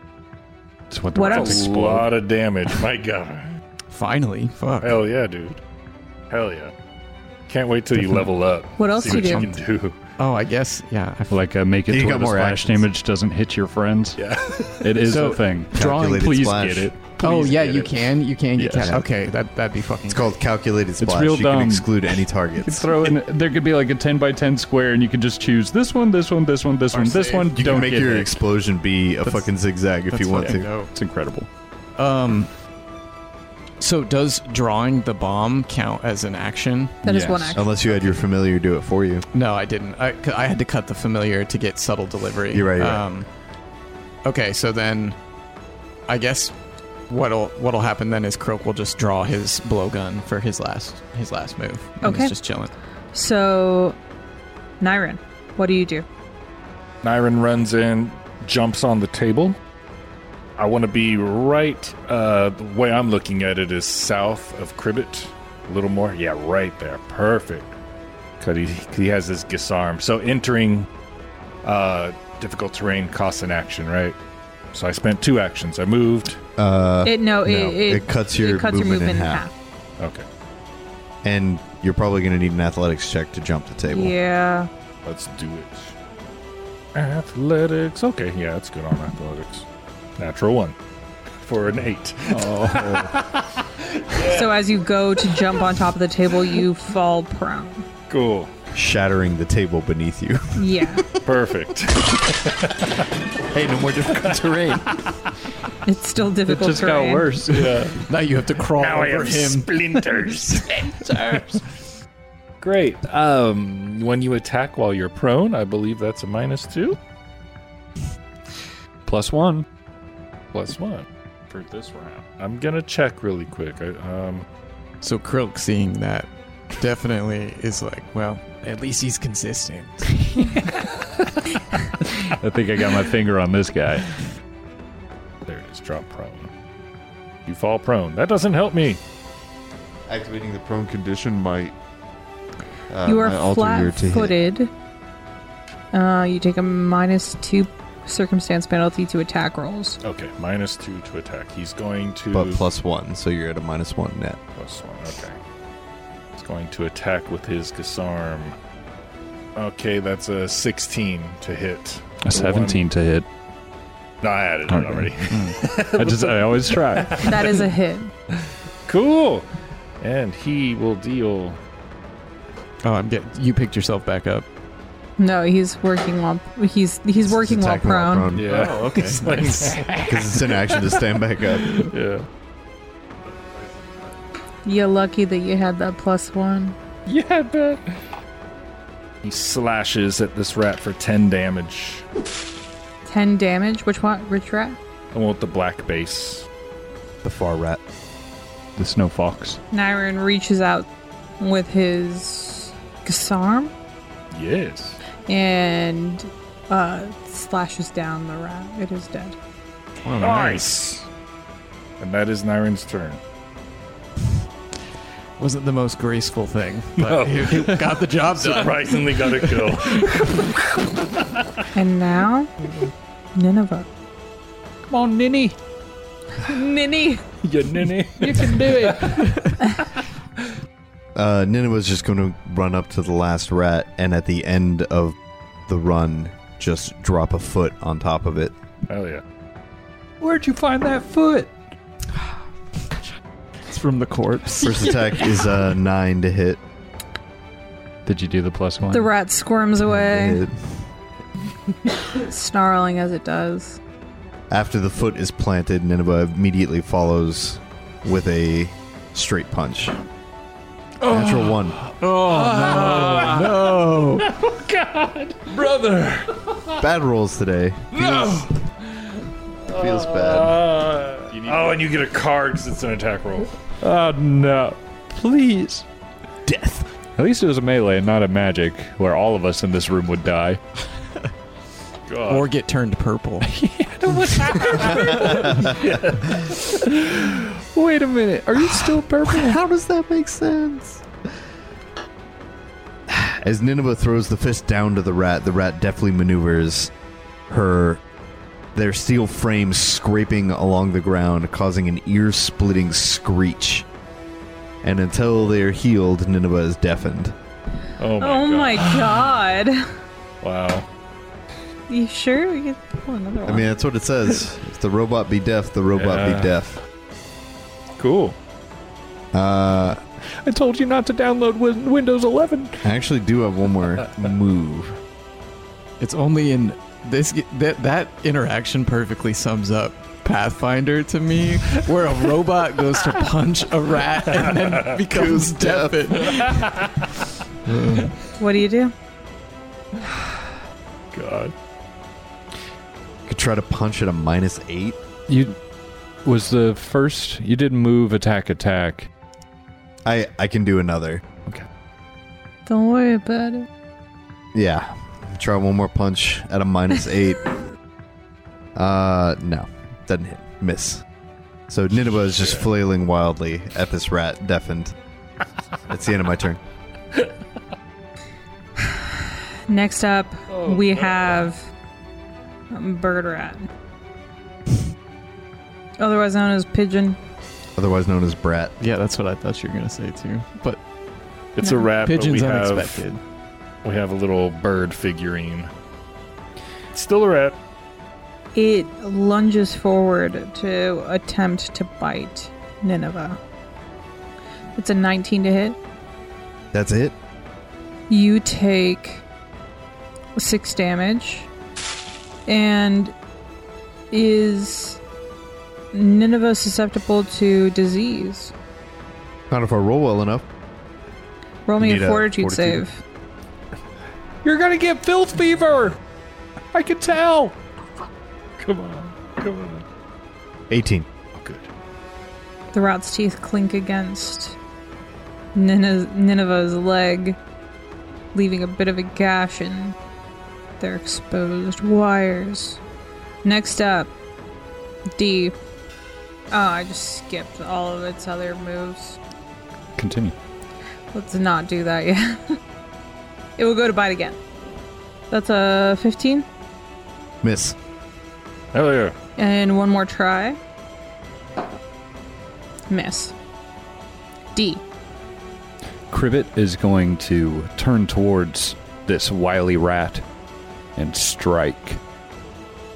C: It's what the
B: What
C: rats
B: else?
A: That's a
C: explode.
A: lot of damage. My God.
D: Finally. Fuck.
F: Oh.
A: Hell yeah, dude. Hell yeah. Can't wait till you level up.
B: What else
A: See
B: do
A: what
B: you
A: you
B: do?
A: can do.
D: Oh, I guess. Yeah. I
C: Like uh, make it
F: You
C: to where
F: got
C: the
F: more
C: splash
F: actions.
C: damage doesn't hit your friends.
A: Yeah.
C: It is
D: So-
C: a thing.
D: Drawing,
F: Calculated
C: Please
F: splash.
C: get it.
D: oh,
A: Please
D: yeah,
A: get
D: you
A: it.
D: can. You can get
C: Yes.
D: cat- Okay, that, that'd be fucking.
F: It's called calculated splash.
C: real
F: you
C: dumb.
F: can exclude any
C: You
F: targets.
C: throw in. There could be like a ten by ten square, and you could just choose this one, this one, this one, this one, this
D: safe.
C: one.
F: You
C: don't
F: can make
C: get
F: your
C: hit.
F: explosion be a fucking zigzag if
D: That's
F: you want
D: fucking
F: to.
D: dope.
C: It's incredible.
D: Um. So does drawing the bomb count as an action?
B: That is
C: Yes.
B: one action.
F: Unless you had your familiar do it for you.
D: No, I didn't. I, 'cause I had to cut the familiar to get subtle delivery.
F: You're right, you're right.
D: um, Okay, so then, I guess what'll what'll happen then is Croak will just draw his blowgun for his last his last move. And
B: Okay.
D: he's just chilling.
B: So, Nyrin, what do you do?
A: Nyron runs in, jumps on the table. I want to be right. Uh, the way I'm looking at it is south of Cribbit, a little more. Yeah, right there. Perfect. Cause he, 'cause he has his disarm. So entering uh, difficult terrain costs an action, right? So I spent two actions. I moved.
F: Uh,
B: it no, it,
F: no,
B: it,
F: it cuts your movement in half.
A: Okay,
F: and you're probably going to need an athletics check to jump the table.
B: Yeah,
A: let's do it. Athletics. Okay, yeah, that's good on athletics. Natural one for an eight.
B: So as you go to jump on top of the table, you fall prone.
A: Cool.
F: Shattering the table beneath you.
B: Yeah,
A: Perfect.
F: hey, no more difficult terrain.
B: it's still
C: It
B: difficult.
C: just
B: terrain.
C: got worse.
D: Now you have to crawl
E: Now I
D: over
E: have
D: him.
E: splinters.
A: Great. Um, when you attack while you're prone, I believe that's a minus two
C: Plus one.
A: plus one for this round. I'm gonna check really quick. I, um,
D: So Croak, seeing that definitely is like, well, at least he's consistent.
C: I think I got my finger on this guy.
A: There it is. Drop prone. You fall prone. That doesn't help me.
G: Activating the prone condition might. Uh,
B: you
G: might
B: are
G: alter your
B: flat
G: to hit.
B: footed. Uh, you take a minus two circumstance penalty to attack rolls.
A: Okay, minus two to attack. He's going to
F: but plus one, so you're at a minus one net.
A: plus one. Okay, he's going to attack with his Gasarm. Okay, that's a sixteen to hit.
C: A 17 to hit.
A: No, I added it
C: Okay.
A: already.
C: I just I always try.
B: That is a hit.
A: Cool. And he will deal.
D: Oh, I'm getting. You picked yourself back up.
B: No, he's working while he's he's working while
F: attacking while
B: prone.
A: Yeah. Oh, okay.
F: Because it's an action to stand back up.
A: yeah.
B: You're lucky that you had that plus one.
A: Yeah, bet. He slashes at this rat for ten damage.
B: Ten damage. Which one? Which rat?
A: I want the black base.
F: The far rat.
C: The snow fox.
B: Nyron reaches out with his disarm
A: Yes.
B: and uh, slashes down the rat. It is dead.
A: Oh, nice. And that is Nyron's turn.
D: Wasn't the most graceful thing,
E: Oh,
D: but you got the job done.
A: Surprisingly, got a kill.
B: And now, Nineveh.
C: Come on, Ninny.
B: Ninny,
A: you ninny.
B: you can do it.
F: Uh, Nineveh's just going to run up to the last rat, and at the end of the run, just drop a foot on top of it.
A: Hell yeah.
C: Where'd you find that foot?
D: It's from the corpse.
F: First attack is uh, nine to hit.
C: Did you do the plus one?
B: The rat squirms away,
F: Hit.
B: snarling as it does.
F: After the foot is planted, Nineveh immediately follows with a straight punch. Natural one.
C: brother.
F: Bad rolls today. Feels, feels bad.
A: oh, and you get a card because it's an attack roll.
C: Oh no! Please. Death. At least it was a melee and not a magic, where all of us in this room would die.
A: God.
D: Or get turned purple.
C: Wait a minute. Are you still purple?
F: How does that make sense? As Nineveh throws the fist down to the rat, the rat deftly maneuvers her their steel frame scraping along the ground, causing an ear-splitting screech. And until they are healed, Nineveh is deafened.
A: oh my
B: Oh
A: god.
B: my god.
A: Wow.
B: You sure? We could pull another one.
F: I mean, that's what it says. if the robot be deaf, the robot
A: Yeah.
F: be deaf.
A: Cool.
F: Uh,
C: I told you not to download win- Windows 11.
F: I actually do have one more move.
D: It's only in this that that interaction perfectly sums up Pathfinder to me, where a robot goes to punch a rat and then becomes deafened.
B: what do you do?
A: God.
F: Could try to punch at a minus eight.
C: You was the first. You did move attack attack.
F: I I can do another.
B: Don't worry about it.
F: Yeah. Try one more punch at a minus eight. uh, no. Doesn't hit. Miss. So Nineveh is just flailing wildly at this rat, deafened. That's the end of my turn.
B: Next up,
F: Oh,
B: we have Bird Rat. Otherwise known as Pigeon.
F: Otherwise known as Brat.
D: Yeah, that's what I thought you were gonna say too. But
A: It's a wrap.
D: pigeons
A: but we have-
D: unexpected.
A: we have a little bird figurine. It's still a rat.
B: It lunges forward to attempt to bite Nineveh. It's a 19 to hit.
F: That's it?
B: You take six damage and is Nineveh susceptible to disease?
F: Not if I roll well enough.
B: Roll me
F: Need
B: a
F: a
B: fortitude,
F: fortitude.
B: save.
C: You're gonna get filth fever. I can tell.
A: Come on. Come on.
F: 18.
A: Oh, good.
B: The rat's teeth clink against Nineveh's, Nineveh's leg, leaving a bit of a gash in their exposed wires. Next up, D. Oh, I just skipped all of its other moves.
C: Continue.
B: Let's not do that yet. it will go to bite again. That's a 15.
F: Miss.
A: Hell yeah.
B: And one more try. Miss. D.
C: Cribbit is going to turn towards this wily rat and strike.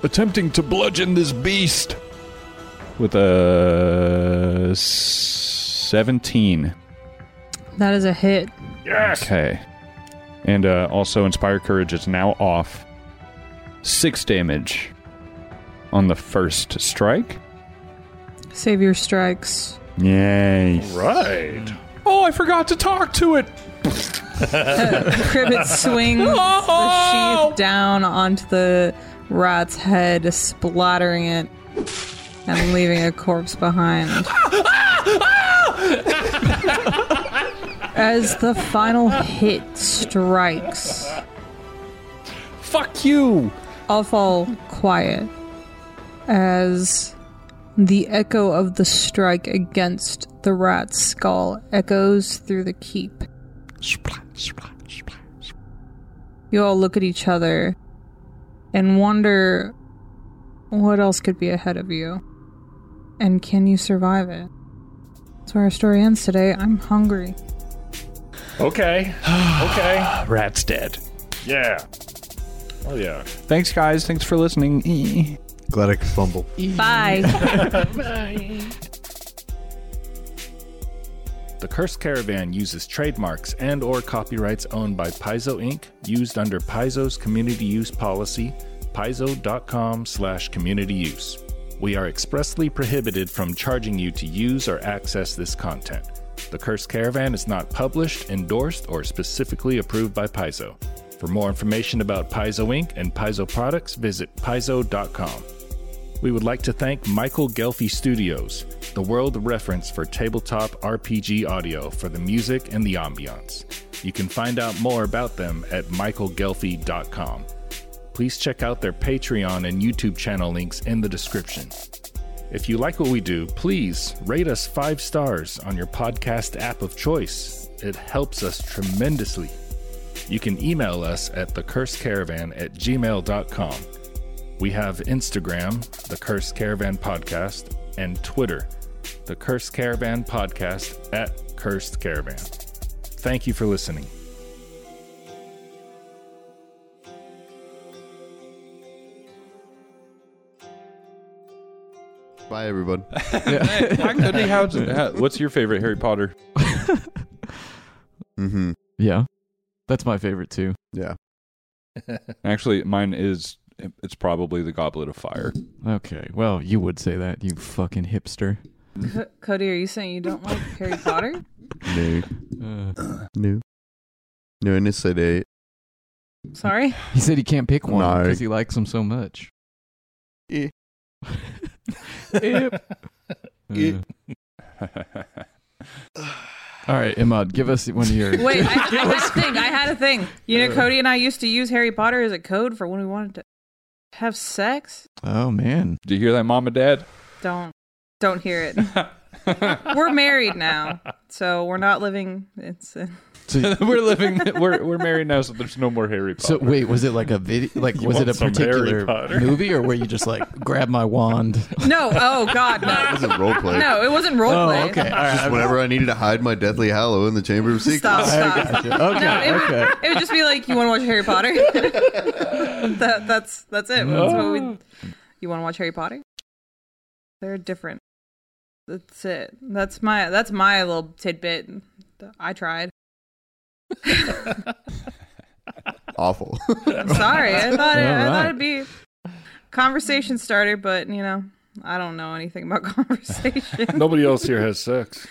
C: Attempting to bludgeon this beast with a s- 17.
B: That is a hit.
E: Yes.
C: Okay. And uh, also, Inspire Courage is now off. Six damage on the first strike.
B: Save your strikes.
C: Yay.
A: Right.
C: Oh, I forgot to talk to it.
B: Cribbit swings the
C: Oh!
B: sheath down onto the rat's head, splattering it and leaving a corpse behind. As the final hit strikes,
C: Fuck you.
B: all fall quiet as the echo of the strike against the rat's skull echoes through the keep. You all look at each other and wonder what else could be ahead of you. And can you survive it? That's where our story ends today. I'm hungry.
A: Okay. Okay.
C: Rat's dead.
A: Yeah. Oh yeah.
C: Thanks, guys. Thanks for listening. Eh.
F: Glad I could fumble.
B: Bye.
A: The Cursed Caravan uses trademarks and or copyrights owned by Paizo Inc. used under Paizo's community use policy, paizo.com slash community use. We are expressly prohibited from charging you to use or access this content. The Cursed Caravan is not published, endorsed, or specifically approved by Paizo. For more information about Paizo Inc. and Paizo products, visit paizo.com. We would like to thank Michael Gelfi Studios, the world reference for tabletop RPG audio for the music and the ambiance. You can find out more about them at michaelgelfi.com. Please check out their Patreon and YouTube channel links in the description. If you like what we do, please rate us five stars on your podcast app of choice. It helps us tremendously. You can email us at thecursecaravan at gmail.com. We have Instagram, The Curse Caravan Podcast, and Twitter, The Curse Caravan Podcast at Cursed Caravan. Thank you for listening.
F: Bye, everyone.
C: How could he have- ha- What's your favorite Harry Potter?
G: Mm-hmm.
D: Yeah. That's my favorite too.
F: Yeah.
C: Actually, mine is. It's probably the Goblet of Fire.
D: Okay. Well, you would say that, you fucking hipster.
B: C- Cody, are you saying you don't like Harry Potter?
G: No.
D: Uh,
F: New.
G: No, and it's eh, a
B: Sorry.
D: he said he can't pick one
F: No.
D: because he likes them so much.
G: Eh.
D: Yep.
G: Eh.
D: Uh, all right, Imad, give us one of your.
B: Wait, I, I had a thing. I had a thing. You know, Cody and I used to use Harry Potter as a code for when we wanted to have sex.
D: Oh man.
C: Do you hear that, Mom and Dad?
B: Don't, don't hear it. We're married now, so we're not living. It's
D: So,
C: we're living. We're we're married now, so there's no more Harry Potter.
D: so wait, was it like a video? Like,
A: You
D: was it
A: want
D: a
A: some Harry
D: particular
A: Potter?
D: movie, or were you just like grab my wand?
B: no. Oh God, no.
F: This is role play.
B: No, it wasn't role play.
D: Oh, okay. All right.
F: Just whenever I needed to hide my deathly hallow in the Chamber of Secrets.
B: Stop, stop.
D: I gotcha. Okay.
B: No, it,
D: okay.
B: Would, it would just be like you want to watch Harry Potter. that, that's that's it. That's what we, you want to watch Harry Potter? They're different. That's it. That's my that's my little tidbit. I tried.
F: Awful.
B: I'm sorry. I thought it, I
D: Alright.
B: thought it'd be conversation starter, but you know I don't know anything about conversation.
A: Nobody else here has sex.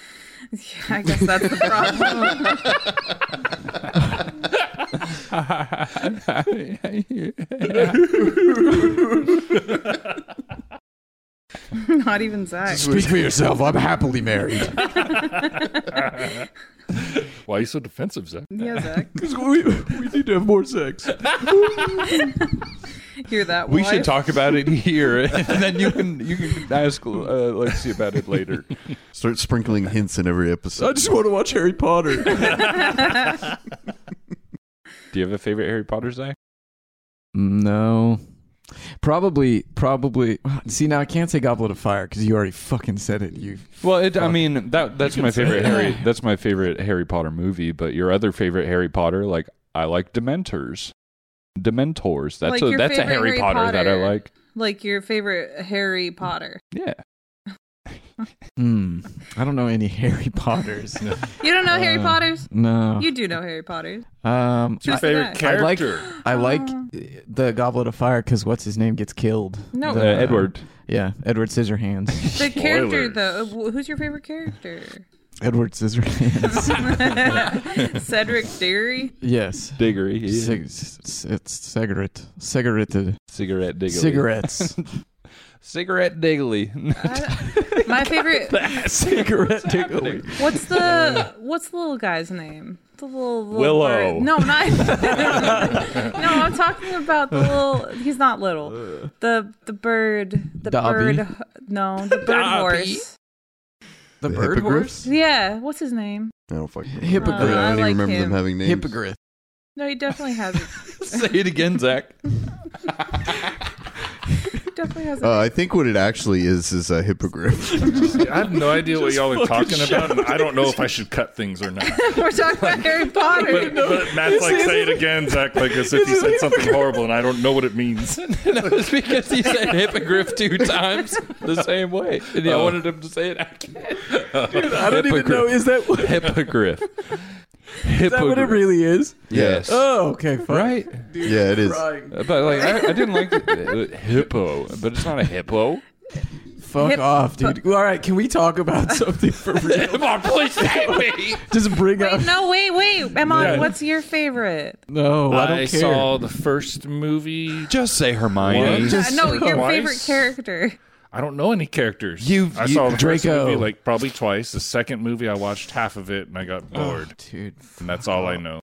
B: yeah, I guess that's the problem. Not even Zach.
D: Speak for yourself. I'm happily married.
A: Why are you so defensive, Zach?
B: Yeah, Zach.
C: we, we need to have more sex.
B: Hear that?
C: We
B: wife?
C: should talk about it here, and then you can you can ask uh, Lexi about it later.
G: Start sprinkling hints in every episode.
C: just want to watch Harry Potter. Do you have a favorite Harry Potter, Zach?
D: No. Probably, probably. See, now I can't say Goblet of Fire because you already fucking said it. You.
C: Well, it, I
D: Fuck.
C: mean that that's my favorite
A: say it.
C: Harry. That's my favorite Harry Potter movie. But your other favorite Harry Potter, like I like Dementors. Dementors. That's
B: Like
C: a
B: your
C: that's a
B: favorite
C: Harry,
B: Harry
C: Potter, that I
B: Potter.
C: like.
B: like your favorite Harry Potter.
C: Yeah.
D: Hmm. I don't know any Harry Potters.
B: You don't know Harry
D: Uh,
B: Potters?
D: no.
B: You do know Harry Potters.
D: Um.
A: It's your
D: I-
A: favorite
D: I like-
A: character. Uh-huh.
D: I like uh, the Goblet of Fire because what's his name gets killed.
B: No,
C: Uh,
D: The-
C: Edward.
D: Yeah, Edward Scissorhands.
B: the character
A: Spoilers.
B: though. wh- Who's your favorite character?
D: Edward Scissorhands.
B: Cedric Diggory.
D: yes.
C: Diggory. yeah.
D: Sig- s- it's cigarette. Cigarette.
C: Cigarette Diggly.
D: Cigarettes.
C: Cigarette Diggly.
B: I- my favorite.
D: cigarette tickle.
B: What's the what's the little guy's name? The little, little
A: Willow.
B: bird. No, not. no, I'm talking about the little. He's not little.
A: Uh.
B: The the bird. The
D: Dobby.
B: bird. No, the bird horse.
D: The
G: The
D: bird
G: hippogriff?
D: horse.
B: Yeah, what's his name?
G: I don't fucking remember.
D: Hippogriff.
G: I
B: I
G: don't even
B: like
G: remember
B: him.
G: them having names.
D: Hippogriff.
B: No, he definitely has. A,
C: Say it again, Zach.
B: definitely has. A,
G: Uh, I think what it actually is is a hippogriff.
A: I have no idea what y'all are talking about, and I don't know if I should cut things or not.
B: we're talking about Harry Potter.
A: But, but Matt's like, say it again, Zach, like as if he said something horrible, and I don't know what it means.
C: no, it's because he said hippogriff two times the same way, and I wanted him to say it again. Dude, I
D: don't even know. Is that what,
C: hippogriff.
D: is that what it really is?
G: Yes.
D: Oh, okay. Fine.
C: Right,
G: yeah, it is. Uh,
C: but like I, I didn't like the, uh, hippo, but it's not a hippo.
D: Fuck
B: Hip-
D: off, dude. All right, can we talk about something for real?
C: Come on, please save me.
D: Just bring up.
B: Wait, no, wait, wait, Emma.
A: Yeah.
B: What's your favorite?
D: No, I don't care.
A: the first movie.
C: Just say Hermione.
A: What?
B: Uh, no, your
A: Twice?
B: favorite character.
A: I don't know any characters.
D: You-
A: I
D: you-
A: saw the
D: Draco.
A: first movie like probably twice. The second movie, I watched half of it and I got bored,
D: Dude,
A: and that's all I know.